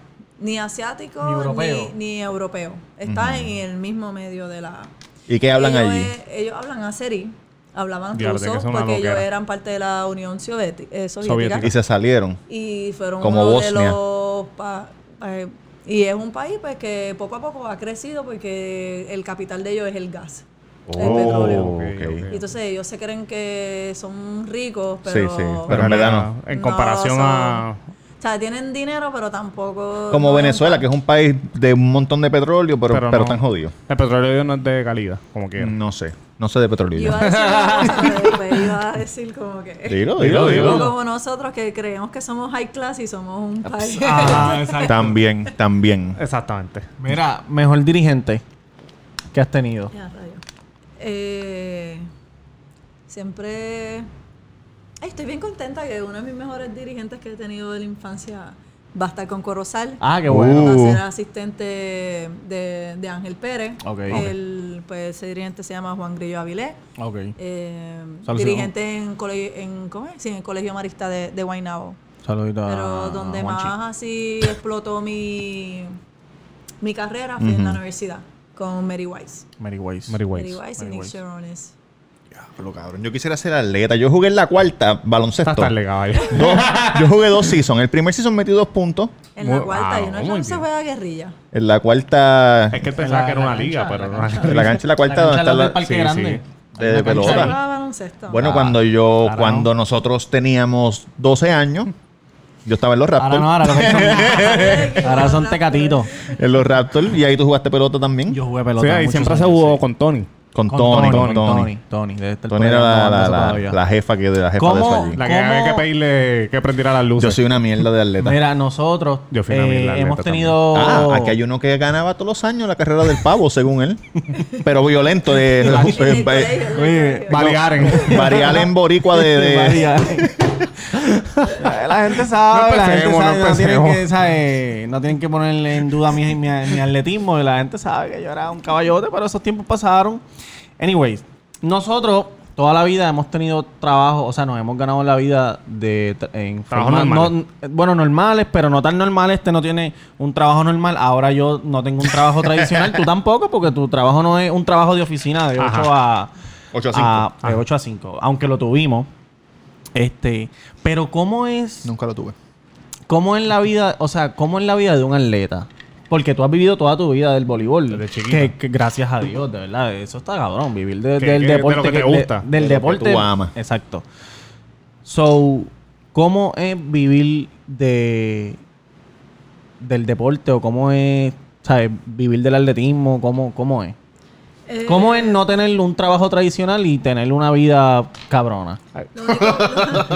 Ni asiático,
Ni europeo.
ni, ni europeo. Está en el mismo medio de la.
¿Y qué hablan
ellos,
allí?
eh, ellos hablan azerí, hablaban
Diablo, tiene que
ruso,
ser una
porque ellos
loquera.
eran parte de la Unión Soviética. eh, soviética.
Y se salieron.
y fueron
Como
uno de
Bosnia.
los pa- eh, y es un país pues que poco a poco ha crecido porque el capital de ellos es el gas el petróleo
Oh, ok.
y entonces ellos se creen que son ricos pero
Sí, sí, pero en
Pero
verdad
nada,
no.
En
no
comparación
son-
a.
o sea tienen dinero pero tampoco
Como
no-
Venezuela, que es un país de un montón de petróleo, pero, pero,
no.
tan jodido.
El petróleo no es de calidad, como quieran.
No sé, no sé de petróleo. yo.
iba a decir una cosa, pero después iba a decir como que
Dilo, dilo,
Dilo,
dilo.
[laughs]
dilo.
como nosotros que creemos que somos high class y somos un país
Ah, exacto.
También, también.
Exactamente.
Mira, mejor dirigente que has tenido.
[laughs] Ya, rayo. Eh, siempre. Ay, estoy bien contenta que uno de mis mejores dirigentes que he tenido de la infancia va a estar con Corozal.
Ah, qué bueno.
Va a
Uh.
ser asistente de, de Ángel Pérez.
Ok.
El, pues, ese dirigente se llama Juan Grillo Avilés.
Ok.
eh,
Saludos.
dirigente en, colegio, en, ¿cómo es? Sí, en el Colegio Marista de, de Guaynabo.
Saludito a
Pero donde
Juanchi.
más así explotó mi, mi carrera fue en la universidad con Mary Wise.
Mary Weiss.
Mary
Mary
Ways.
Wise y Nick Sharones.
Diablo, cabrón. Yo quisiera ser atleta. Yo jugué en la cuarta, baloncesto.
Estás tan [laughs] legal.
Dos- yo jugué dos seasons. El primer season metí dos puntos.
En la
Muy-
cuarta,
wow,
y no,
muy
no se
bien.
juega guerrilla.
En la cuarta.
Es que él pensaba que era una liga, pero no era
En la cancha, en la cuarta, donde está
del
la.
Parque
sí,
Grande.
sí, de
La cancha
Se
pelota.
ahí.
juega baloncesto.
Bueno,
Ah,
cuando yo,
ahora
cuando nosotros teníamos 12 años, yo estaba en los
Ahora
Raptors.
no, ahora lo que
[laughs]
son, [laughs] ahora son
Raptors.
tecatitos.
En los Raptors. Y ahí tú jugaste pelota también.
Yo jugué pelota.
Sí, ahí
muchos
siempre se
años,
jugó
sí.
con Tony.
con, Tony, con Tony.
Tony,
Tony,
Tony. Debe estar
era
por ahí
la, la,
grabándose
la-
todavía.
la jefa que de la jefa
¿Cómo?
de eso allí.
La que
¿Cómo?
había que pedirle que prendiera las
Yo
luces.
soy una mierda de atleta.
Mira, oh. nosotros
Yo fui una mil
eh,
atleta
hemos
también.
tenido.
Ah, aquí hay uno que ganaba todos los años la carrera del pavo, según él. Pero violento. De,
[laughs]
eh,
En
pues,
el colegio, en el
Oye,
colegio.
Variaren. [laughs]
varial en boricua de...
Este,
de-
[laughs] María. la gente sabe,
No
la gente
empecemos,
sabe,
no
no, tienen
empecemos.
que, sabe, no tienen que ponerle en duda mi, mi, mi atletismo, la gente sabe que yo era un caballote, pero esos tiempos pasaron. Anyways, nosotros toda la vida hemos tenido trabajo, o sea, nos hemos ganado la vida de tra- en
Trabajos
forma- no-
normales.
eh, bueno, normales, pero no tan normales, este no tiene un trabajo normal, ahora yo no tengo un trabajo tradicional, tú tampoco porque tu trabajo no es un trabajo de oficina de 8 a
8 a 5.
Ah.
a- Ah, de 8 a 5, aunque lo tuvimos. Este, pero cómo es,
Nunca lo tuve.
cómo es la vida, o sea, cómo es la vida de un atleta, porque tú has vivido toda tu vida del voleibol,
Desde chiquito.
que, que gracias a Dios, de verdad, eso está cabrón, vivir de-
Que-
del
que- de
deporte,
lo que te
de-
gusta.
del
De lo que
deporte,
tú amas.
exacto. So, cómo es vivir de del deporte o cómo es, sabes, vivir del atletismo, cómo, cómo es.
Eh,
¿Cómo es no tener un trabajo tradicional y tener una vida cabrona?
lo único- lo-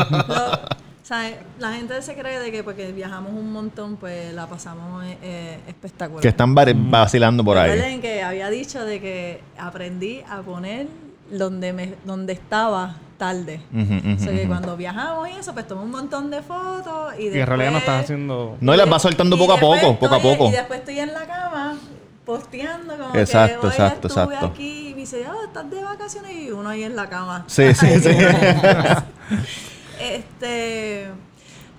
lo- o sea, la gente se cree de que porque viajamos un montón, pues la pasamos eh, espectacular.
Que están vari- vacilando por ahí.
Recuerden que había dicho de que aprendí a poner donde me donde estaba tarde.
Ujú, ujú,
o sea, que
ujú.
cuando viajamos y eso, pues tomé un montón de fotos y,
Y en realidad no estás
después-
haciendo.
No, y las va soltando
y
poco a
después
poco, poco a
estoy-
poco.
Y después estoy en la cama posteando como
Exacto,
que hoy
exacto,
estuve
exacto.
aquí y me dice, oh, estás de vacaciones y uno ahí en la cama.
Sí, sí, sí.
Este,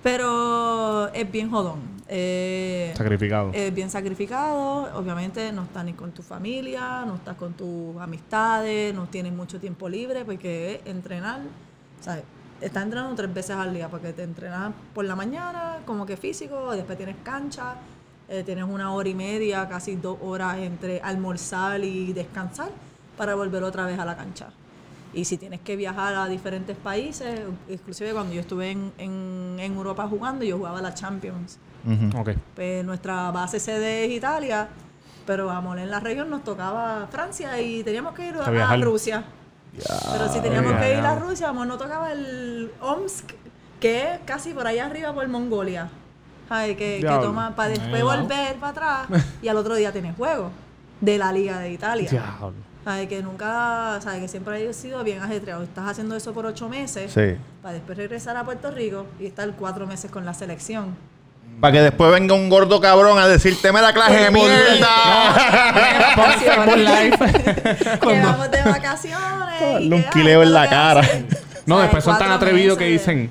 pero es bien jodón. Eh,
Sacrificado.
eh, bien sacrificado, obviamente no estás ni con tu familia, no estás con tus amistades, no tienes mucho tiempo libre porque es entrenar, ¿sabes? Estás entrenando tres veces al día porque te entrenas por la mañana, como que físico, después tienes cancha, eh, tienes una hora y media, casi dos horas entre almorzar y descansar para volver otra vez a la cancha. Y si tienes que viajar a diferentes países, inclusive cuando yo estuve en, en- en Europa jugando, yo jugaba la Champions
Ok.
pues nuestra base sede es Italia, pero a Mole en la región nos tocaba Francia y teníamos que ir
A
a,
viajar.
Rusia. pero si teníamos
ya,
que ir
ya.
a Rusia, amor, no tocaba el Omsk, que es casi por allá arriba por Mongolia. Ay, que, que
Diablo.
toma para después
Ahí va.
volver para atrás y al otro día tienes juego de la Liga de Italia.
Diablo.
Ay, que nunca, sabes que siempre ha sido bien ajetreado. Estás haciendo eso por ocho meses
Sí.
para después regresar a Puerto Rico y estar cuatro meses con la selección.
Para que después venga un gordo cabrón a decirte, me la clase de mierda.
Ah,
[laughs]
[laughs]
que vamos de vacaciones. y
Darle [laughs] un
que, ah,
quileo en la
esto
cara.
lo que hace.
No,
¿Sabes?
después son tan
Cuatro
atrevidos que
meses.
dicen,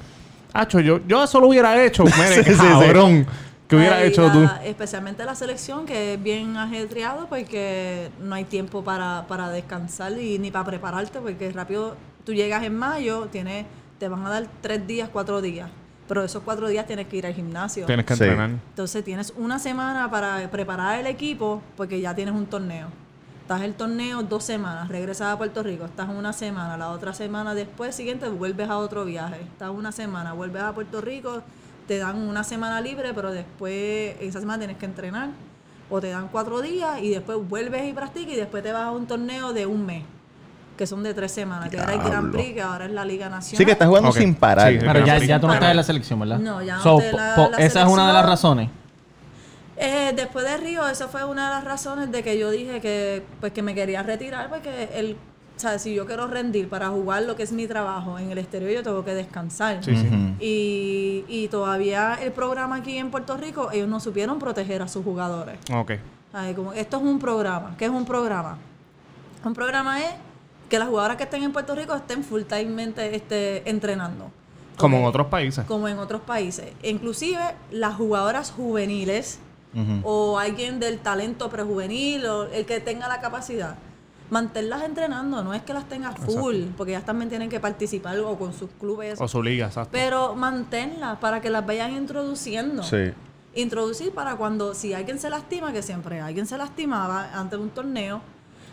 Hacho, yo, yo eso lo hubiera hecho.
[laughs] Sí,
Mire,
sí, sí.
cabrón. ¿Qué hubiera
Ay,
hecho
la-
tú?
Especialmente la selección, que es bien ajetreado porque no hay tiempo para, para descansar y ni para prepararte, porque rápido tú llegas en mayo, tienes, te van a dar tres días, cuatro días. Pero esos cuatro días tienes que ir al gimnasio.
Tienes que
Sí.
entrenar.
Entonces tienes una semana para preparar el equipo porque ya tienes un torneo. Estás en el torneo dos semanas, regresas a Puerto Rico, estás una semana, la otra semana después siguiente vuelves a otro viaje, estás una semana, vuelves a Puerto Rico, te dan una semana libre, pero después esa semana tienes que entrenar o te dan cuatro días y después vuelves y practicas y después te vas a un torneo de un mes, que son de tres semanas, que era el Grand Prix, que ahora es la Liga Nacional.
Sí, que estás jugando
Ok.
sin parar.
Sí.
Pero ya,
Sí.
ya tú no estás en la selección, ¿verdad?
No, ya no
So,
estoy en la-
po-
la
Esa es una de las
selección.
razones.
Eh, después de Río, esa fue una de las razones de que yo dije que, pues, que me quería retirar, porque el, o sea, si yo quiero rendir para jugar lo que es mi trabajo en el exterior, yo tengo que descansar. Y, y todavía el programa aquí en Puerto Rico, ellos no supieron proteger a sus jugadores.
Ok.
Ay, como, esto es un programa. ¿Qué es un programa? Un programa es que las jugadoras que estén en Puerto Rico estén full timemente este, entrenando.
Como en
Ok
otros países.
como en otros países. Inclusive las jugadoras juveniles o alguien del talento prejuvenil o el que tenga la capacidad. Mantenerlas entrenando, no es que las tengas full, porque ellas también tienen que participar o con sus clubes,
O su liga, exacto.
Pues, pero manténlas para que las vayan introduciendo.
Sí.
Introducir para cuando, si alguien se lastima, que siempre alguien se lastimaba antes de un torneo,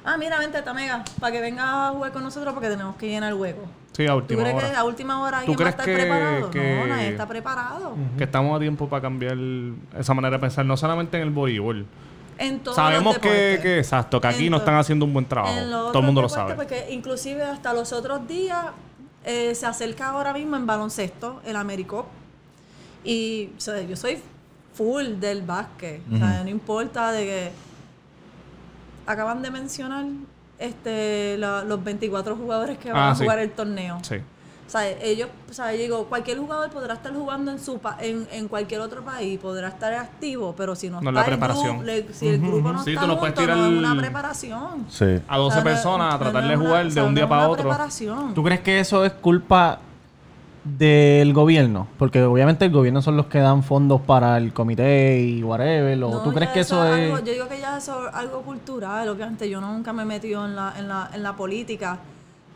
ah, mira, vente, Tamega, para que venga a jugar con nosotros porque tenemos que llenar el hueco.
sí, a
¿Tú
última
crees que
hora.
a última hora
¿Tú
alguien va a estar
crees que-
preparado?
que-
No, nadie está preparado.
Que estamos a tiempo para cambiar esa manera de pensar, no solamente en el voleibol.
En todos
Sabemos
los
que,
deportes.
que, exacto, que aquí
En
no
to-
están haciendo un buen trabajo.
en los
Todo el
otros
mundo lo
deportes,
sabe.
Porque inclusive hasta los otros días eh, se acerca ahora mismo en baloncesto el Americop. Y o sea, yo soy full del básquet. O sea, no importa de que acaban de mencionar este la- los 24 jugadores que van
Ah,
a
sí.
jugar el torneo.
Sí.
O sea, ellos, o sea, yo digo, cualquier jugador podrá estar jugando en su pa- en, en cualquier otro país, podrá estar activo, pero si no,
No es
está
la
el
preparación.
grupo, le- si el grupo no
Sí,
está
tú no puedes
junto,
tirar
no es
el-
una preparación.
Sí.
A
O
12
sea, no-
personas a
no-
tratar
no
de
es una-
jugar
o
de
sea,
un
no
día
es
para
una
otro.
preparación.
¿Tú crees que eso es culpa del gobierno? Porque obviamente el gobierno son los que dan fondos para el comité y whatever. ¿O
No,
tú crees
ya
que eso es...?
algo- yo digo que ya eso es algo cultural, obviamente. Yo nunca me he metido en la, en la, en la política,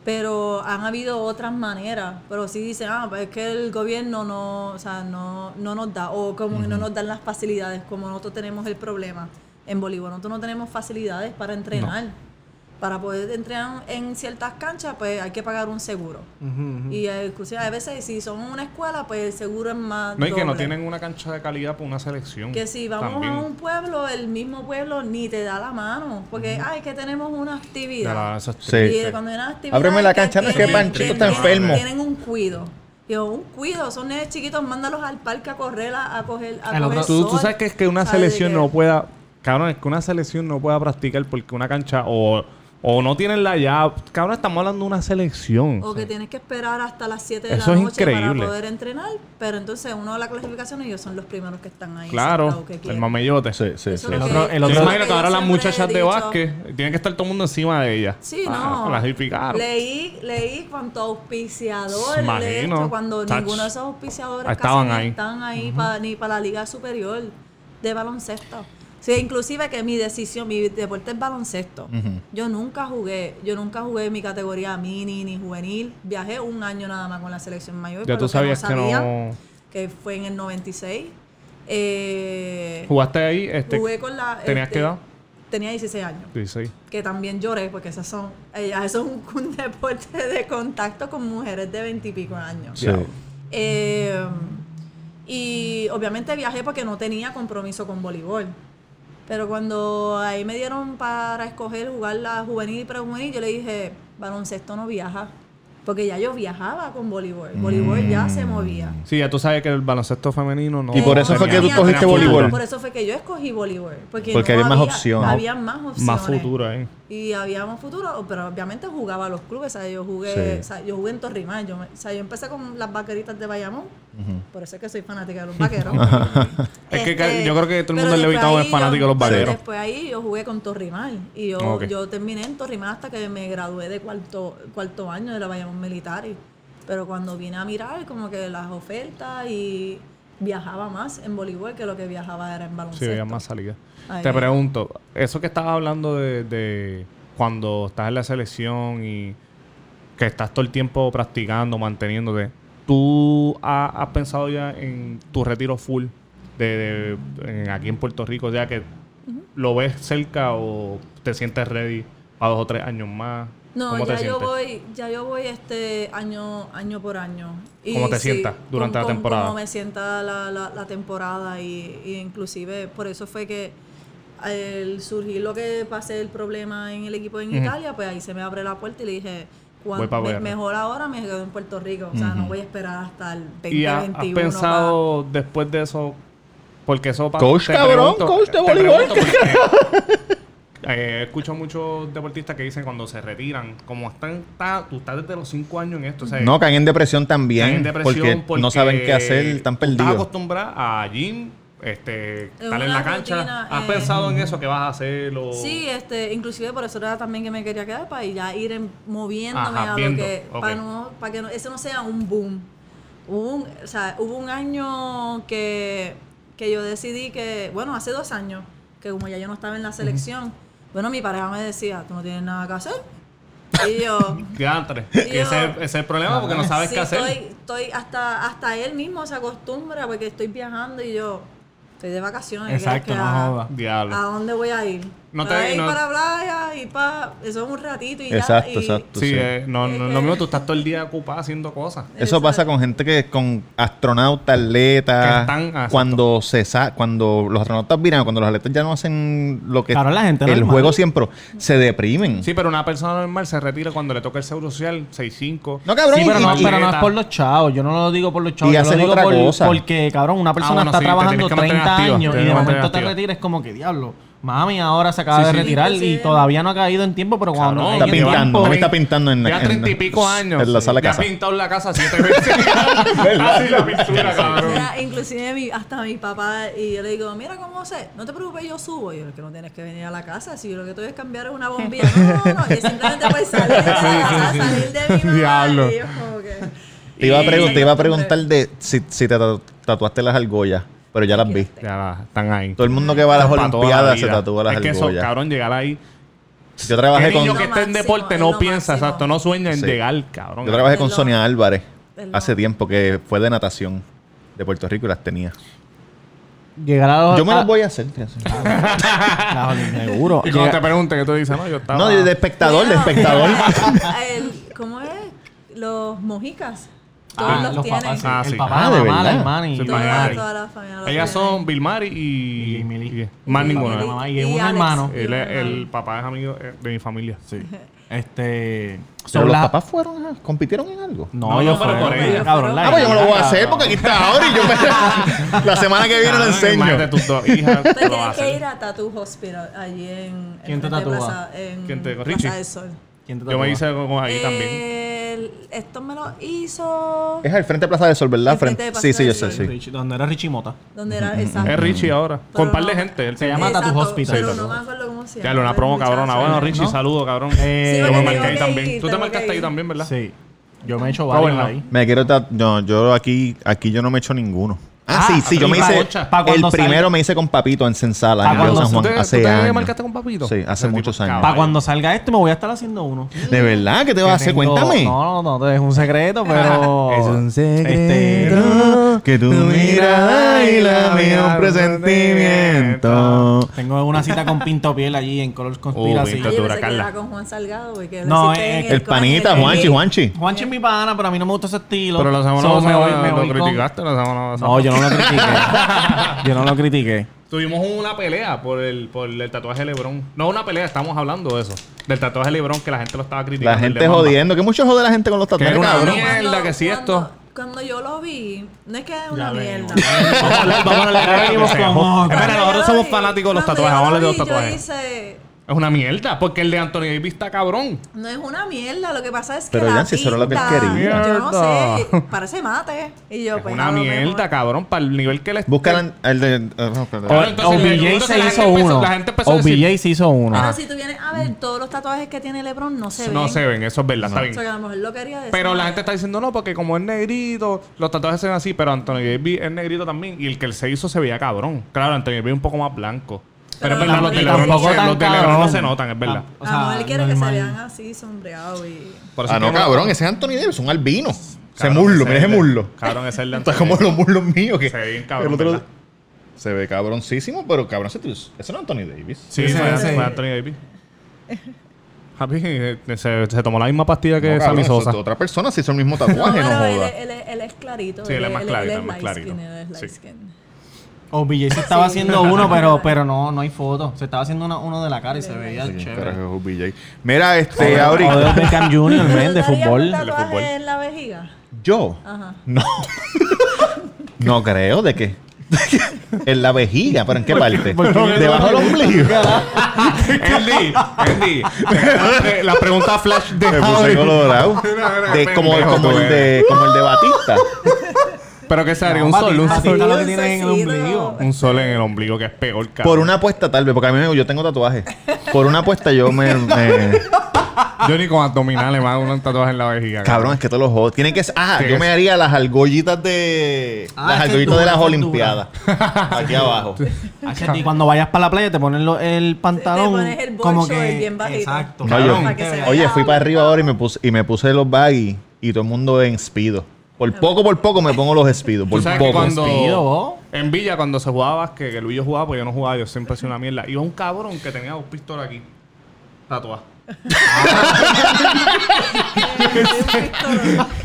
pero han habido otras maneras. Pero sí dicen, ah, pues es que el gobierno no, o sea, no, no nos da, o como no nos dan las facilidades, como nosotros tenemos el problema. En Bolívar nosotros no tenemos facilidades para entrenar. Para poder entrenar en ciertas canchas, pues hay que pagar un seguro. Y eh, inclusive a veces, si son una escuela, pues el seguro es más
No, y que no
doble.
tienen una cancha de calidad para una selección.
Que si vamos
También.
a un pueblo, el mismo pueblo ni te da la mano. Porque, ay, que tenemos una
De
actividad.
la- eso es
Sí.
triste.
Y de cuando hay una actividad.
Ábreme la
es que
cancha, no es que
tienen-
Pancho está
tienen-
enfermo.
Tienen un cuido. Yo, un cuido, son nenes chiquitos, mándalos al parque a correr, a, a coger. A
El
coger
otro-
Tú, tú
sol.
sabes que es que una
¿Sabes de
selección
qué?
no pueda. Cabrón, es que una selección no pueda practicar porque una cancha o O no tienen la llave. Cabrón, estamos hablando de una selección.
O que tienes que esperar hasta las 7 de
Eso
la
es
noche
increíble.
para poder entrenar, pero entonces uno de la clasificación ellos son los primeros que están ahí.
Claro,
sentados, que
el
quieren.
mamellote.
Sí, sí,
Eso
sí.
es
El
lo
otro-
que- eso
el otro-
Yo
es lo que
imagino que
yo
ahora las
siempre
muchachas
he
de
dicho.
básquet eh, tienen que estar todo el mundo encima de ellas.
Sí,
Ah,
no.
Las hipicaron.
Leí, leí cuanto auspiciador
Imagino.
de esto, cuando
Tach.
ninguno de esos auspiciadores
Ahí
casi
estaban
ni
ahí.
están ahí pa- ni para la liga superior de baloncesto. Sí, inclusive que mi decisión, mi deporte es baloncesto. Yo nunca jugué, yo nunca jugué en mi categoría mini ni juvenil. Viajé un año nada más con la selección mayor.
Ya
para
tú
los que no
sabías que
sabían,
no.
que fue en el 96. Eh,
¿Jugaste ahí? Este,
jugué con la...
¿Tenías
este,
qué edad?
Tenía 16 años
16.
que también lloré porque esas son, ellas eso es un, [laughs] un deporte de contacto con mujeres de veintipico años.
Sí.
Eh, y obviamente viajé porque no tenía compromiso con voleibol. Pero cuando ahí me dieron para escoger jugar la juvenil y prejuvenil, yo le dije, baloncesto no viaja. Porque ya yo viajaba con voleibol. Voleibol ya se movía.
Sí, ya tú sabes que el baloncesto femenino no.
Y por eso
Eh,
fue que tú
tenía-
tenía-
cogiste
tenía
voleibol.
futuro.
Por eso fue que yo escogí voleibol. Porque,
Porque
no
había más opciones.
Había más opciones.
Más futuro ahí.
Y habíamos futuro, pero obviamente jugaba a los clubes, o sea, yo jugué,
Sí.
o sea, yo jugué en Torrimán, yo, me- o sea, yo empecé con las vaqueritas de Bayamón, por eso es que soy fanática de los vaqueros. [laughs]
Es que
Este,
yo creo que todo el
pero
mundo en Levittown
después
es
ahí
fanático de los
yo- pero
vaqueros.
Después ahí yo jugué con Torrimán y yo,
Ok.
yo terminé en Torrimán hasta que me gradué de cuarto, cuarto año de la Bayamón Militar. y- Pero cuando vine a mirar como que las ofertas y viajaba más en voleibol que lo que viajaba era en
Sí,
baloncesto.
veían más salida.
Ahí
Te
es.
pregunto, eso que estabas hablando de, de cuando estás en la selección y que estás todo el tiempo practicando, manteniéndote, ¿tú ha- has, pensado ya en tu retiro full de, de- en- aquí en Puerto Rico? Ya que lo ves cerca o te sientes ready para dos o tres años más.
No,
¿Cómo
ya
te
yo
sientes?
voy, ya yo voy este año, año por año.
¿Cómo te sientas durante la temporada?
Cómo me sienta la, la- la temporada y, y inclusive por eso fue que al surgir lo que pasé el problema en el equipo en Italia, pues ahí se me abre la puerta y le dije, "Cuan-
Voy pa'
me-
VR".
mejor ahora me quedo en Puerto Rico, o sea, no voy a esperar hasta el
¿Y ha- has
2021.
pensado después de eso? Porque eso pa-
Coach,
te
cabrón, coach de
te
voleibol.
pregunto porque,
[laughs]
eh, escucho a muchos deportistas que dicen cuando se retiran, como están, ta- tú estás desde los 5 años en esto. o sea,
No, caen en depresión también.
estás en
porque, no saben qué hacer, están
tú Estás
perdidos.
acostumbrada a gym, este, estar en
una
la cancha.
rutina,
¿Has
eh,
pensado en eso que vas a hacer? o-
Sí, este, inclusive por eso era también que me quería quedar para ya ir en- moviéndome
Ajá,
a
viendo,
lo que
ok.
para no para que no, eso no sea un boom. Hubo un, o sea, hubo un año que, que yo decidí que, bueno, hace dos años, que como ya yo no estaba en la selección, bueno, mi pareja me decía, tú no tienes nada que hacer. Y yo,
Diantre, que ese,
Digo-
es- ese es el
[laughs]
problema porque [laughs] no sabes
eh. sí,
qué hacer.
Estoy, estoy hasta, hasta él mismo se acostumbra porque estoy viajando y yo estoy de vacaciones. ¿qué quieres
Exacto,
que
no
haga?
joda.
Diablo.
¿A dónde voy a ir?
No
No
te-
voy a ir
no-
para la playa y para... Eso es un ratito y ya.
Exacto,
y-
exacto.
Sí,
sí.
eh, no, no, lo mismo, tú estás todo el día ocupada haciendo cosas.
Eso pasa con gente que con astronautas, atletas.
Que están- ah,
cuando se sa- cuando los astronautas viran, cuando los atletas ya no hacen lo que
Claro, la gente
el
normal.
juego siempre se deprimen.
Sí, pero una persona normal se retira cuando le toca el seguro social 6.5.
No, cabrón,
Sí,
Sí, pero
y-
no,
y-
pero no es por los chavos. Yo no lo digo por los chavos.
Y
yo lo
haces
digo
otra
por-
cosa.
porque, cabrón, una persona
Ah, bueno,
está
sí, te
trabajando
tienes que mantener
30
activa,
años
te
y de
tienes que mantener
momento te
activa.
retiras. Es como que, diablo, mami ahora se acaba de retirar y
Inclusive-
todavía no ha caído en tiempo, pero cuando
Cabrón,
hay
Está
en
pintando,
tiempo-
mami está pintando en la-
Ya
en-
treinta y pico años.
en la sala de
Ya
casa.
ha pintado la
[laughs]
casa siete veces. Casi la pintura, cabrón.
Mira, inclusive mi- hasta mi papá y yo le digo, mira cómo sé, no te preocupes, yo subo. Y yo, que no tienes que venir a la casa, si yo lo que te voy a cambiar es una bombilla. No, no, no, y simplemente pues salir de la casa, salir de mi mamá.
Diablo.
Y yo como que...
Te iba a, pregun-
Y-
te iba a preguntar de si, si te tatu- tatuaste las argollas, pero ya las vi.
Ya va, están ahí.
Todo el mundo que va a las
Para toda la
Olimpiadas se
vida.
tatúa las
Es que eso,
argollas.
cabrón, llegar ahí.
Yo trabajé
El
con,
niño que
yo
Es lo
está en
máximo,
deporte
es
no
lo
piensa,
máximo.
exacto, no sueña en
Sí.
llegar, cabrón.
trabajé con
Perdón.
Sonia Álvarez
Perdón.
hace tiempo que fue de natación de Puerto Rico y las tenía.
Llegar a los.
Yo me las
a-
voy a hacer. tío.
Ah,
Claro, seguro.
Y cuando
Llega-
te pregunten, que tú dices, no, yo estaba.
No, de, de espectador, de
[laughs]
espectador.
El- ¿Cómo es? Los mojicas. Todos
Ah,
los,
los
tienen.
papás. sí.
Ah, sí.
El papá,
Ah,
la
de
mamá, la
verdad.
hermana y.
Sí,
Toda-
Miami.
toda la familia los
Ellas son
tienen.
Bill Mary y.
Y Milly.
Más
Y
ninguna.
Milly.
mamá y
Y
un
Alex.
hermano.
Él es- El, papá es amigo eh, de mi familia. Sí.
[laughs] Este.
Pero
son
los
las-
papás fueron, ah, compitieron en algo.
No,
No,
yo
no, pero
fueron,
por ella.
cabrón. la
Ah, pues yo me lo voy a
hija,
hacer
cabrón.
porque aquí está ahora y yo
[laughs]
me... la semana que viene lo
Cabrón, Ah, imagínate
enseño.
tus
[laughs]
dos hijas,
Pero
lo
tienes
hacen.
que ir a Tattoo Hospital, allí en...
¿Quiquién te
en frente de
tatúa?
Plaza- en
¿Quién te- Richie?
Plaza del Sol.
¿Quién te
Yo
tocó?
me hice con
Eh,
ahí también.
El- Esto me lo hizo...
Es al frente de Plaza del Sol, ¿verdad?
Al frente de
Frente- Sí, sí, yo
Plaza
sé,
del
sí.
Richie- donde era Richie Mota.
Donde era...
ah.
Exacto.
Es Richie ahora. con
Pero
un par de
no- eh,
gente. Él
Se llama
Exacto,
Tattoo Hospital.
Pero
Sí,
no
Tattoo.
me acuerdo cómo se llama.
Ya, una
el
promo cabrona.
muchacho.
Bueno, Richie,
¿no?
saludo, cabrón. Eh,
Sí,
yo me
porque
marqué
tengo
ahí
que
también.
ir,
Tú te
tengo
marcaste
que
ahí
ir.
también, ¿verdad?
Sí. Yo me he hecho
Power
varios
Nap.
ahí.
Me quiero... tat- No, yo aquí, aquí yo no me he hecho ninguno. Ah,
Ah,
sí, sí, yo me
y pa'
hice...
ocha. Pa'
El
cuando salga.
primero me hice con Papito en Censala,
Pa'
en el
cuando
San
¿Tú
Juan,
te, tú
hace
te
años.
marcaste con papito?
Sí, hace
Ese
muchos
tipo es
años.
Para
caballo.
cuando salga este me voy a estar haciendo uno.
¿De verdad? ¿Qué te vas a hacer?
Tengo-
Cuéntame.
No, no, no, es un
[laughs]
secreto, pero...
Es un
Este,
secreto que tu mirada y la mía un presentimiento.
tengo una cita con Pinto Piel allí en Color Conspiracy.
bien,
Oye,
Tattoo,
yo pensé que
Carla.
era con Juan Salgado, güey, que
No,
deciste
es-
en
eh, El
con-
panita,
en el-
Juanchi, Juanchi.
Juanchi es mi pana, pero a mí no me gusta ese estilo.
Pero la semana
So, me voy-
pasada
me
lo
voy con-
criticaste. La semana pasada.
No, yo no lo
[laughs]
critiqué. yo no lo critiqué.
Tuvimos una pelea por el, por el tatuaje de Lebron. No una pelea, estamos hablando de eso. Del tatuaje de Lebron que la gente lo estaba criticando.
La gente
el de Mamba.
jodiendo. Que mucho jode la gente con los
Que era
tatuajes,
una
cabrón.
mierda. que sí esto.
Cuando yo lo vi, no es que es una mierda.
Vamos a
[laughs]
hablar, vamos a hablar. Ya venimos con otra.
Espera,
Cuando
nosotros
yo lo
somos
vi-
fanáticos de los
cuando
tatuajes.
yo
Vamos a hablar de
lo
los
vi, yo
tatuajes.
hice,
Es una mierda, porque el de Anthony Davis está cabrón.
No es una mierda, lo que pasa es que.
Pero,
la
Jan, si eso era lo que él
pinta,
quería.
Yo no
Mierda.
sé, parece mate. Y yo,
Es
pues,
una
a lo mejor-
mierda, cabrón, para el nivel que le
Busca el de. ah, no, espérate.
Ahora, entonces,
OBJ
entonces
se
la gente
hizo
empezó-
uno.
la gente empezó a decir-
OBJ se hizo uno.
Ajá.
Pero si tú vienes a ver, todos los tatuajes que tiene LeBron no se ven.
No se ven, eso es verdad, está
O
bien.
sea, que a lo mejor lo quería decir.
Pero la gente está diciendo no, porque como es negrito, los tatuajes se ven así, pero Anthony Davis es negrito también. Y el que él se hizo se veía cabrón. Claro, Anthony Davis es un poco más blanco. Pero,
Pero
es verdad, los de
tampoco Ah.
Lebron no se-
tan
los de Lebron no
cabrón.
se notan, es verdad.
o
O
sea,
sea, a lo mejor él quiere que se
normal.
vean así, sombreado y.
Por eso
Ah,
es
no,
que-
cabrón. Ese es Anthony Davis, un albino. Ese
Cabrón,
muslo, mira ese
es el de-
muslo.
Cabrón, ese es el
[laughs]
de
Está
Anthony
como
Davis.
los muslos míos. Que
Se ve bien cabrón,
el otro-
¿verdad?
Se ve cabroncísimo, pero cabrón. Ese tío- ese no es Anthony Davis.
Sí,
Ese-
fue,
ese-
fue Anthony Davis. Javi, eh, se, se tomó la misma pastilla que
No, cabrón,
Sammy
eso es
Sosa.
de Otra persona se hizo el mismo tatuaje, no
pero él,
joda.
él, él, él es clarito.
Sí, él es más clarito,
Él
es
es
más
light
clarito.
skin, él es light
Sí.
skin.
OBJ
[laughs]
se estaba
Sí.
haciendo uno, pero, pero no, no hay foto. Se estaba haciendo una- uno de la cara y se veía chévere.
Carajo, BJ. Mira, este,
O
Auri.
de Beckham
¿Pero
Jr., men,
tú
de
te harías
fútbol.
un tatuaje
fútbol.
en la
[laughs]
vejiga? [laughs]
¿Yo?
Ajá.
No. no creo, ¿de
[laughs]
qué? en la vejiga, pero ¿en qué parte? Debajo del ombligo.
Andy, Andy, eh, la pregunta flash de
Me puse
Javi.
colorado. De,
Pendejo pues.
como, como,
tú
el de, como el de
[laughs]
Batista.
Pero que se haría un
Batista-
sol, un
Batista
sol.
lo que
Un
tiene en el
solcito.
ombligo.
Un sol en el ombligo que es peor, cabrón.
Por una apuesta, tal vez, porque a mí me, yo tengo tatuaje. Por una apuesta, yo me.
[laughs]
me-
Yo ni con abdominales me hago un tatuaje en la vejiga.
cabrón, es que todos los ojos. Tienen que. ser- Ah,
Tiene
yo
que
me
ser-
haría las argollitas de.
Ah,
las
esa es
argollitas de
dura,
las
esa es
Olimpiadas.
[laughs]
Aquí abajo.
Y cuando vayas para la playa te ponen lo- el pantalón.
pones el boy
como
short
que
bien bajito.
Exacto.
No, yo-
Para que se vea
oye, fui para
algo.
arriba ahora y me puse, y me puse los baggy y todo el mundo en speedo. Por poco, por poco me pongo los speedo.
Tú
Por
sabes que
poco.
cuando...
Despido, vos.
En Villa, cuando se jugaba básquet, que Luis yo jugaba, pues yo no jugaba, yo siempre hacía una mierda. Iba un cabrón que tenía dos pistolas aquí.
[laughs]
Tatuadas.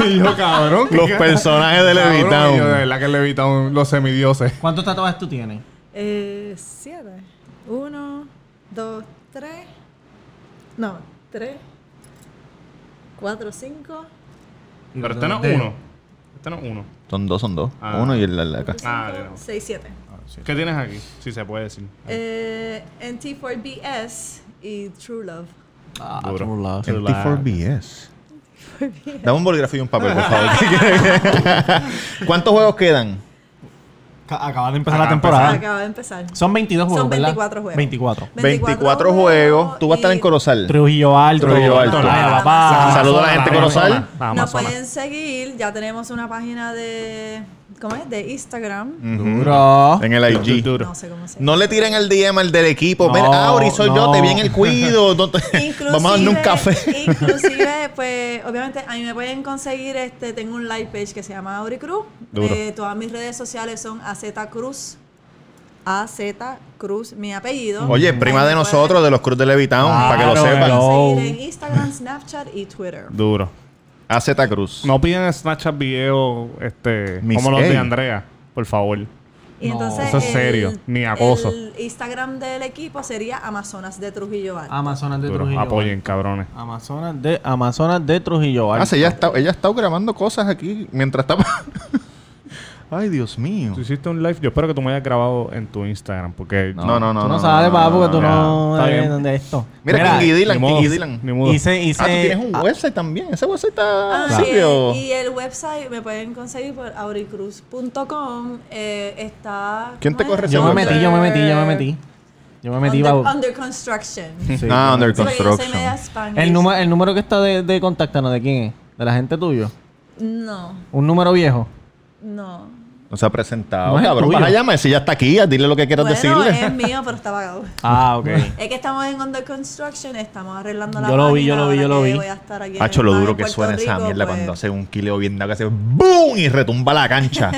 y yo, cabrón.
Los personajes de
Cabrón, y yo, de
Levitown.
verdad que Levitown, los semidioses.
¿Cuántos tatuajes tú tienes?
Eh, siete. Uno, dos, tres. No, tres. Cuatro, cinco.
Pero este no es uno. Este no es uno.
Son dos, son dos.
Ah.
Uno y el de acá.
cinco,
Ah, de nuevo.
seis, siete.
¿Qué tienes aquí? Si se puede decir.
Eh, NT4BS y True Love.
Ah,
Duro.
true love.
El T4BS. Dame un bolígrafo y un papel, por favor. [laughs] ¿Cuántos juegos quedan?
Ca- Acaba de empezar la
Acaba de
Ah.
temporada.
Acaba de empezar.
Son 22 juegos,
Son
¿verdad?
24 juegos.
24.
24 juegos. Tú vas a estar en
y-
Corozal.
Trujillo Alto.
Trujillo Alto.
Playa La Paz.
Saludos a la
Amazonas,
gente
la
Corozal.
Amazonas, la
Nos
Amazonas.
pueden seguir. Ya tenemos una página de. ¿Cómo es? De Instagram.
Duro.
En el IG.
No sé cómo se llama.
No le tiren el DM al del equipo. Ven,
No,
Auri, soy yo,
no.
te vi en el cuido. No te-
[laughs] Inclusive-
Vamos a darle un café.
[laughs]
[laughs]
inclusive, pues, obviamente, a mí me pueden conseguir, este, tengo un live page que se llama Auri Cruz.
Duro.
Eh, todas mis redes sociales son AZ Cruz. AZ Cruz, mi apellido.
Oye, prima
Ahí
de
me
nosotros, de los Cruz de Levitown, para que lo
Claro,
sepan.
hello.
pueden Seguir en Instagram, Snapchat y Twitter.
Duro.
AZ Cruz.
No piden Snapchat video este,
Miss
como los de
A.
Andrea, por favor.
Y
No.
entonces
Eso es serio, ni acoso.
El Instagram del equipo sería Amazonas de Trujillo Alto.
Amazonas de
Duro,
Trujillo.
apoyen, cabrones.
Alto. Amazonas de, Amazonas de Trujillo.
Ah,
Alto.
sí, ella está, ella ha estado grabando cosas aquí mientras estaba. [laughs] Ay, Dios mío.
Tú hiciste un live, yo espero que tú me hayas grabado en tu Instagram, porque...
No, no, no.
Tú no, sabes, papá, porque tú no,
no, está
eres
bien.
de esto.
Mira, King
ni
Dylan,
modo,
King Dylan.
Ni mudo.
Hice, hice,
Ah, tú tienes un
ah,
website también. Ese website está.
Ah,
Sí,
y,
o-
el, y el website me pueden conseguir por auricruz.com. eh, está.
¿Quién te
¿cómo es?
corre ese
Yo me
website?
metí, yo me metí, yo me metí. Yo me metí,
Under,
babu.
under construction.
Sí.
Ah, Under
Sí, porque yo soy
Construction.
media Spanish.
El, número, el número que está de, de contáctanos, ¿de quién es? ¿De la gente tuyo?
No,
¿Un número viejo?
no.
No se ha presentado.
No es el
cabrón,
tuyo.
vas a llamar. Si ya está aquí, ya dile lo que quieras
Bueno, es
decirle.
mío, pero está pagado.
Ah, [laughs] ok.
Es que estamos en Under Construction, estamos arreglando la
Yo lo vi, yo
página,
lo vi,
ahora
yo lo
que
vi.
Voy a estar aquí en
Hacho
el
lo
bar
duro
en
que
Puerto
suena esa
Rico,
mierda
pues,
cuando hace un kilo bien dado que hace ¡boom! y retumba la
[laughs]
cancha.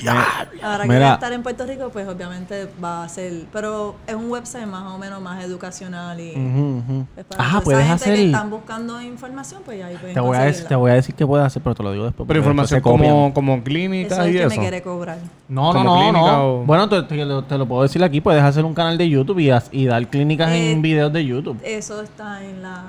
Diablo.
Ahora que
Mira.
voy a estar en Puerto Rico, pues obviamente va a ser. Pero es un website más o menos más educacional y.
Ujú, ujú.
pues, para
Ah,
toda esa
puedes
gente
hacer...
que están buscando información, pues ahí pueden
Te voy, a decir,
conseguirla.
te voy a decir que puedes hacer, pero te lo digo después.
Pero
porque
información
después se
como,
copian.
como
Eso
clínicas
es
y
que me
eso.
quiere cobrar.
No, no,
como
no,
clínica
no.
o-
Bueno, te, te lo- te lo puedo decir aquí. Puedes hacer un canal de YouTube y, haz- y dar clínicas
Eh,
en videos de YouTube.
Eso está en la.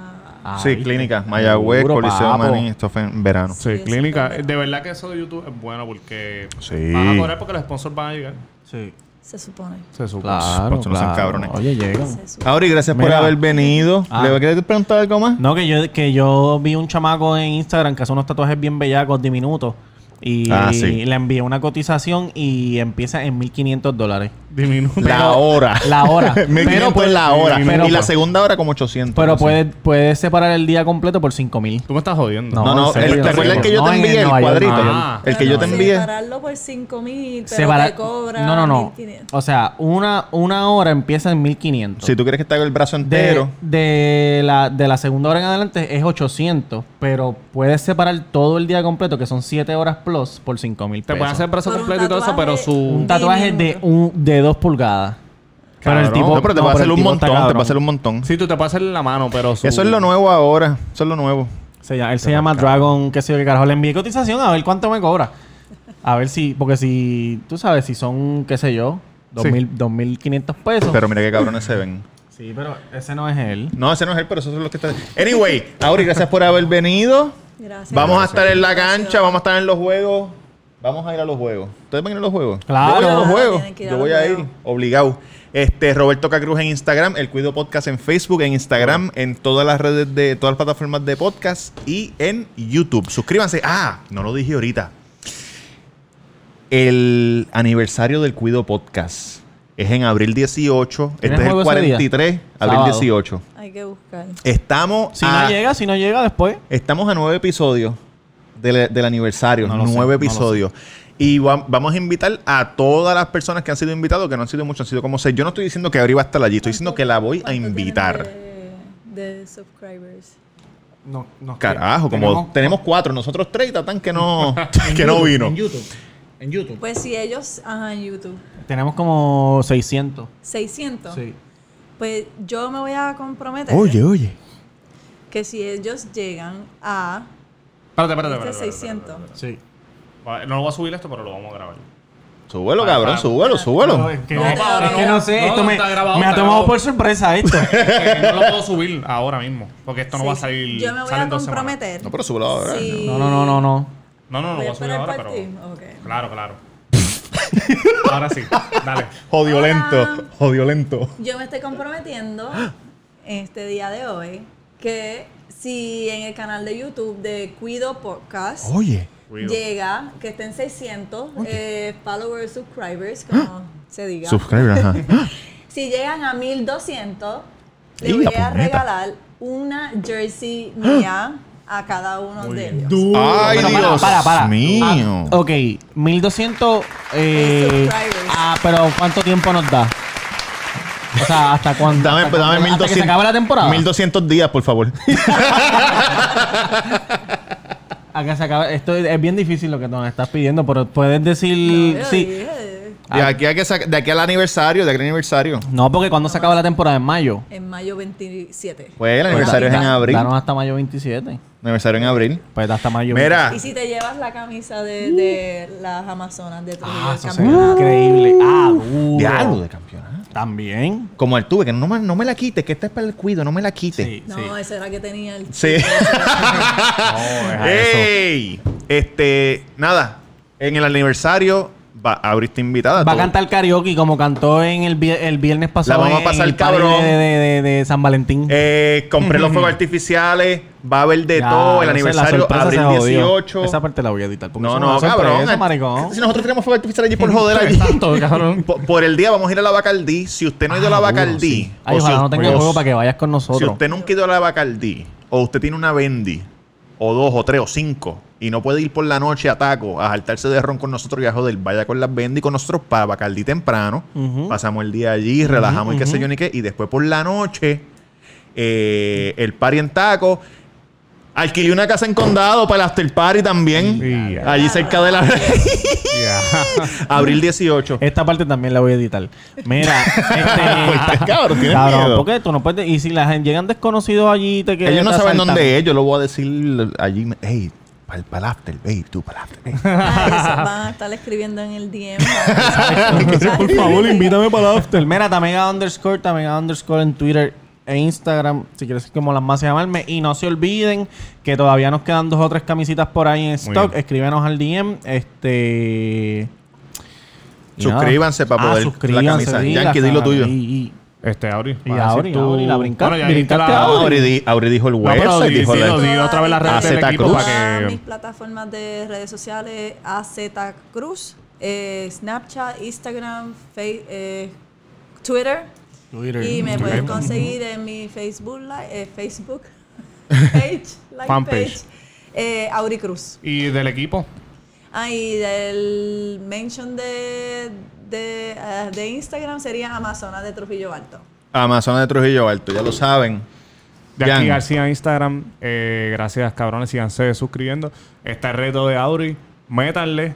Ah,
Sí,
¿viste?
clínica. Mayagüez,
Duro,
Coliseo
papo.
Maní. Esto fue en verano.
Sí,
Sí,
clínica.
eso está
De verdad que eso de YouTube es bueno porque
Sí.
van a cobrar porque los sponsors van a llegar.
Sí.
Se supone.
Se supone.
Claro,
Pues no sean
claro.
cabrones.
Oye, llegan.
Se supone.
Auri, gracias por
Mira.
haber venido.
Ah.
¿Le voy a querer preguntar algo más?
No, que yo, que yo vi un chamaco en Instagram que hace unos tatuajes bien bellacos, diminutos. Y
Ah, sí.
le envié una cotización y empieza en 1.500 dólares.
Diminuto.
La hora. [laughs]
La hora.
Me
pero
por
puede-
la hora.
pero- pues.
y la segunda hora como 800.
Pero
no sé.
puedes puedes separar el día completo por 5.000.
Tú me estás jodiendo.
No,
No,
en
no,
serio,
el-
en
¿te acuerdas
serio.
el que yo
No,
te
en
envié el
Nueva York,
cuadrito?
no.
El que yo te
Bueno,
envié.
Separarlo por 5 mil, pero
Separa-
te cobra.
no, no, no.
1500.
O sea, una, una hora empieza en 1.500.
Si tú quieres que te haga el brazo
De,
entero.
de la, de la segunda hora en adelante es 800, pero puedes separar todo el día completo, que son 7 horas plus, por 5 mil
Te
pesos.
pueden hacer brazo
Por un
completo y todo eso,
tatuaje-
pero
un
su.
tatuaje de, un, de 2 pulgadas.
Cabrón. No, pero te va a
pero
hacer
el
un
tipo está
montón. Te va a
cabrón.
hacer un montón.
Sí, tú te puedes hacer en la mano, pero su.
Eso es lo nuevo ahora. Eso es lo nuevo.
Se llama- él se llama Dragon, qué sé yo qué carajo. Le envié cotización a ver cuánto me cobra. A ver si, porque si, tú sabes, si son, qué sé yo, dos
Sí.
mil- 2.500 pesos.
Pero mira qué cabrones se ven.
sí, pero ese no es él.
No, ese no es él, pero eso es lo que está. Anyway, Auri, gracias por haber venido.
Gracias.
Vamos a estar en la cancha, vamos a estar en los juegos. Vamos a ir a los juegos. ¿Ustedes van a ir a los juegos?
Claro.
Yo voy a los
Claro,
juegos.
tienen que ir a
Yo
los
voy a ir,
juegos.
obligado. Este, Roberto Cacruz en Instagram, El Cuido Podcast en Facebook, en Instagram, en todas las redes de todas las plataformas de podcast y en YouTube. Suscríbanse. Ah, no lo dije ahorita. El aniversario del Cuido Podcast es en abril 18. Este
¿Tienes
es el
juego ese día?
43, abril
Sábado.
18.
Hay que buscar.
Estamos
Si
a-
no llega, si no llega después.
Estamos a nueve episodios del, del aniversario.
No lo sé, no
nueve
lo
episodios. Y va- vamos a invitar a todas las personas que han sido invitados, que no han sido muchos, han sido como seis. Yo no estoy diciendo que Abril va a estar allí, estoy diciendo que la voy a
¿Cuánto tienen
invitar.
De, de subscribers.
No, no.
Carajo, como tenemos, cuatro, nosotros tres, Tatán que
[laughs]
no, [laughs] que no vino.
YouTube. En YouTube.
Pues si ellos, ajá, en YouTube.
Tenemos como 600.
600.
Sí.
Pues yo me voy a comprometer
Oh, oye.
que si ellos llegan a
Espérate, espérate,
este
espérate, espérate,
600.
espérate,
Sí.
espérate. No lo voy a subir esto, pero lo vamos a grabar.
Súbelo,
Para,
cabrón,
para.
súbelo,
No,
súbelo.
es que
No,
no,
para,
es
no.
que no sé.
No,
esto
no,
me,
está grabado,
me ha
está
tomado
grabado. [laughs]
por sorpresa esto.
Eh, no lo puedo subir ahora mismo, porque esto no va a
Sí,
salir.
Yo me voy
sale
a
en dos semanas.
comprometer.
No, pero súbelo ahora.
Sí.
no, no, no, no, no.
No, no, no, lo
Voy
voy
a
a subir
esperar
ahora,
para
pero.
ti. Ok.
Claro,
[laughs]
claro. ahora sí, dale.
Jodio
Hola.
lento, jodio lento.
Yo me estoy comprometiendo en este día de hoy que si en el canal de YouTube de Cuido Podcast
Oye.
Cuido.
llega, que estén 600 eh, followers,
Ah,
subscribers, como se diga.
Subscribe, [laughs] ajá.
si llegan a 1200,
Y
les voy
la
a
puñeta.
regalar una jersey mía
Ah.
a cada uno de ellos.
Ay,
Pero para,
Dios
para, para.
mío.
Ah, ok, 1200. Eh,
subscribers.
ah, pero ¿cuánto tiempo nos da? O sea, ¿hasta cuándo?
Dame,
hasta,
dame
cuándo? ¿Hasta que se
1200
acabe la temporada.
1200 días, por favor.
A que se acabe- Esto es es bien difícil lo que nos estás pidiendo, pero puedes decir.
Yo
sí.
dije,
Ah.
De aquí, a que saca- de aquí al aniversario, de aquí al aniversario.
No, porque cuando se acaba la temporada, en mayo.
En mayo 27.
Pues el aniversario es en
Da-
abril.
Danos hasta mayo 27.
Aniversario en abril.
Pues hasta mayo.
Mira,
Y si te llevas la camisa de, de las Amazonas de Trujillo
Uh. Ah,
del
eso se ve
campeonato.
increíble. Ah, duro.
diablo de campeonato.
También.
Como el tuve, que no me, no me la quite, que esta es para el cuido, no me la quite.
Sí,
No,
sí.
esa era que tenía el
[laughs] Sí.
No,
[laughs]
deja eso.
¡Ey! Este, nada, en el aniversario va, abriste invitada.
Va a
todo.
cantar karaoke como cantó en el, vie- el viernes pasado.
vamos a
en
pasar,
el party
cabrón.
De, de- de- de San Valentín.
Eh, compré los fuegos artificiales, va a haber de
Ya,
todo. El
no sé, la
aniversario,
sorpresa se
abril
jodió.
18.
Esa parte la voy a editar. porque
No,
es
no,
una
cabrón.
sorpresa, maricón.
Si nosotros tenemos fuego artificial allí
[laughs]
por joder allí.
Exacto, cabrón.
Por, por el día vamos a ir a la Bacardí. Si usted no ha ido a la
Ah, duro,
Bacardí.
sí. Ay,
o
ojalá
si-
no tenga
o
juego
si-
para que vayas con
Si
nosotros.
usted nunca ha ido a la Bacardí, o usted tiene una Bendy, o dos, o tres, o cinco, y no puede ir por la noche a taco, a saltarse de ron con nosotros y a joder, vaya con las Bendy con nosotros para Bacardí temprano.
Ujú.
Pasamos el día allí, relajamos y qué sé yo ni qué. Y después por la noche, eh, el party en taco. Alquilé una casa en condado para el after party también.
Sí, ya.
Allí cerca de la. [laughs] Abril 18.
Esta parte también la voy a editar.
[laughs]
Mira, este,
Pues Cabrón, tienes miedo.
porque tú no puedes. Y si las llegan desconocidos allí, y te quedas.
Ellos no
te
saben
asaltan.
dónde es, yo lo voy a decir allí. Hey, para el after, babe, tú para el [laughs] after. Ah, babe.
Ay, eso van a estar escribiendo en el DM.
[laughs] Por favor, invítame para el after. Mira, Tamega underscore, Tamega underscore en Twitter e Instagram, si quieres como las más llamarme. Y no se olviden que todavía nos quedan dos o tres camisitas por ahí en stock.
bien.
Escríbenos al DM. Este. y nada. Ah,
Suscríbanse para poder la
suscríbanse,
camisa.
sí,
Yankee,
la-
di lo tuyo.
y- y-
Este, Auri.
Y
para decir
Auri, Auri, la brinca-
Bueno, ya ahí
brincaste
está-
a Auri.
Auri, di- Auri dijo el website,
pero di-
dijo
di-
la-
di- digo otra vez las redes del
Azeta
equipo
Cruz.
para que-
Mis plataformas de redes sociales, AZ Cruz, eh, Snapchat, Instagram, Fe- eh, Twitter.
Twitter.
Y me pueden conseguir en mi Facebook, li- eh, Facebook [laughs] page, like
Fanpage.
page, eh, Auri Cruz.
Y del equipo.
Ah, y del mention de, de, ah, de Instagram sería Amazonas de Trujillo Alto.
Amazonas de Trujillo Alto, ya lo saben.
De aquí
Jan.
García Instagram. Eh, gracias, cabrones. Síganse suscribiendo. Está el reto de Auri. Métanle.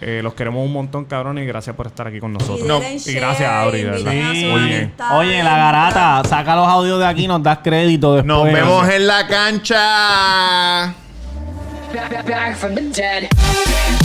Eh, los queremos un montón, cabrones. Y gracias por estar aquí con nosotros.
Y denle
y
share,
gracias, Auri. de
inviten
verdad.
a sus
Muy bien.
amistades.
Oye, la garata, saca los audios de aquí, nos das crédito después.
Nos vemos en la cancha.
Back, back, back from the dead.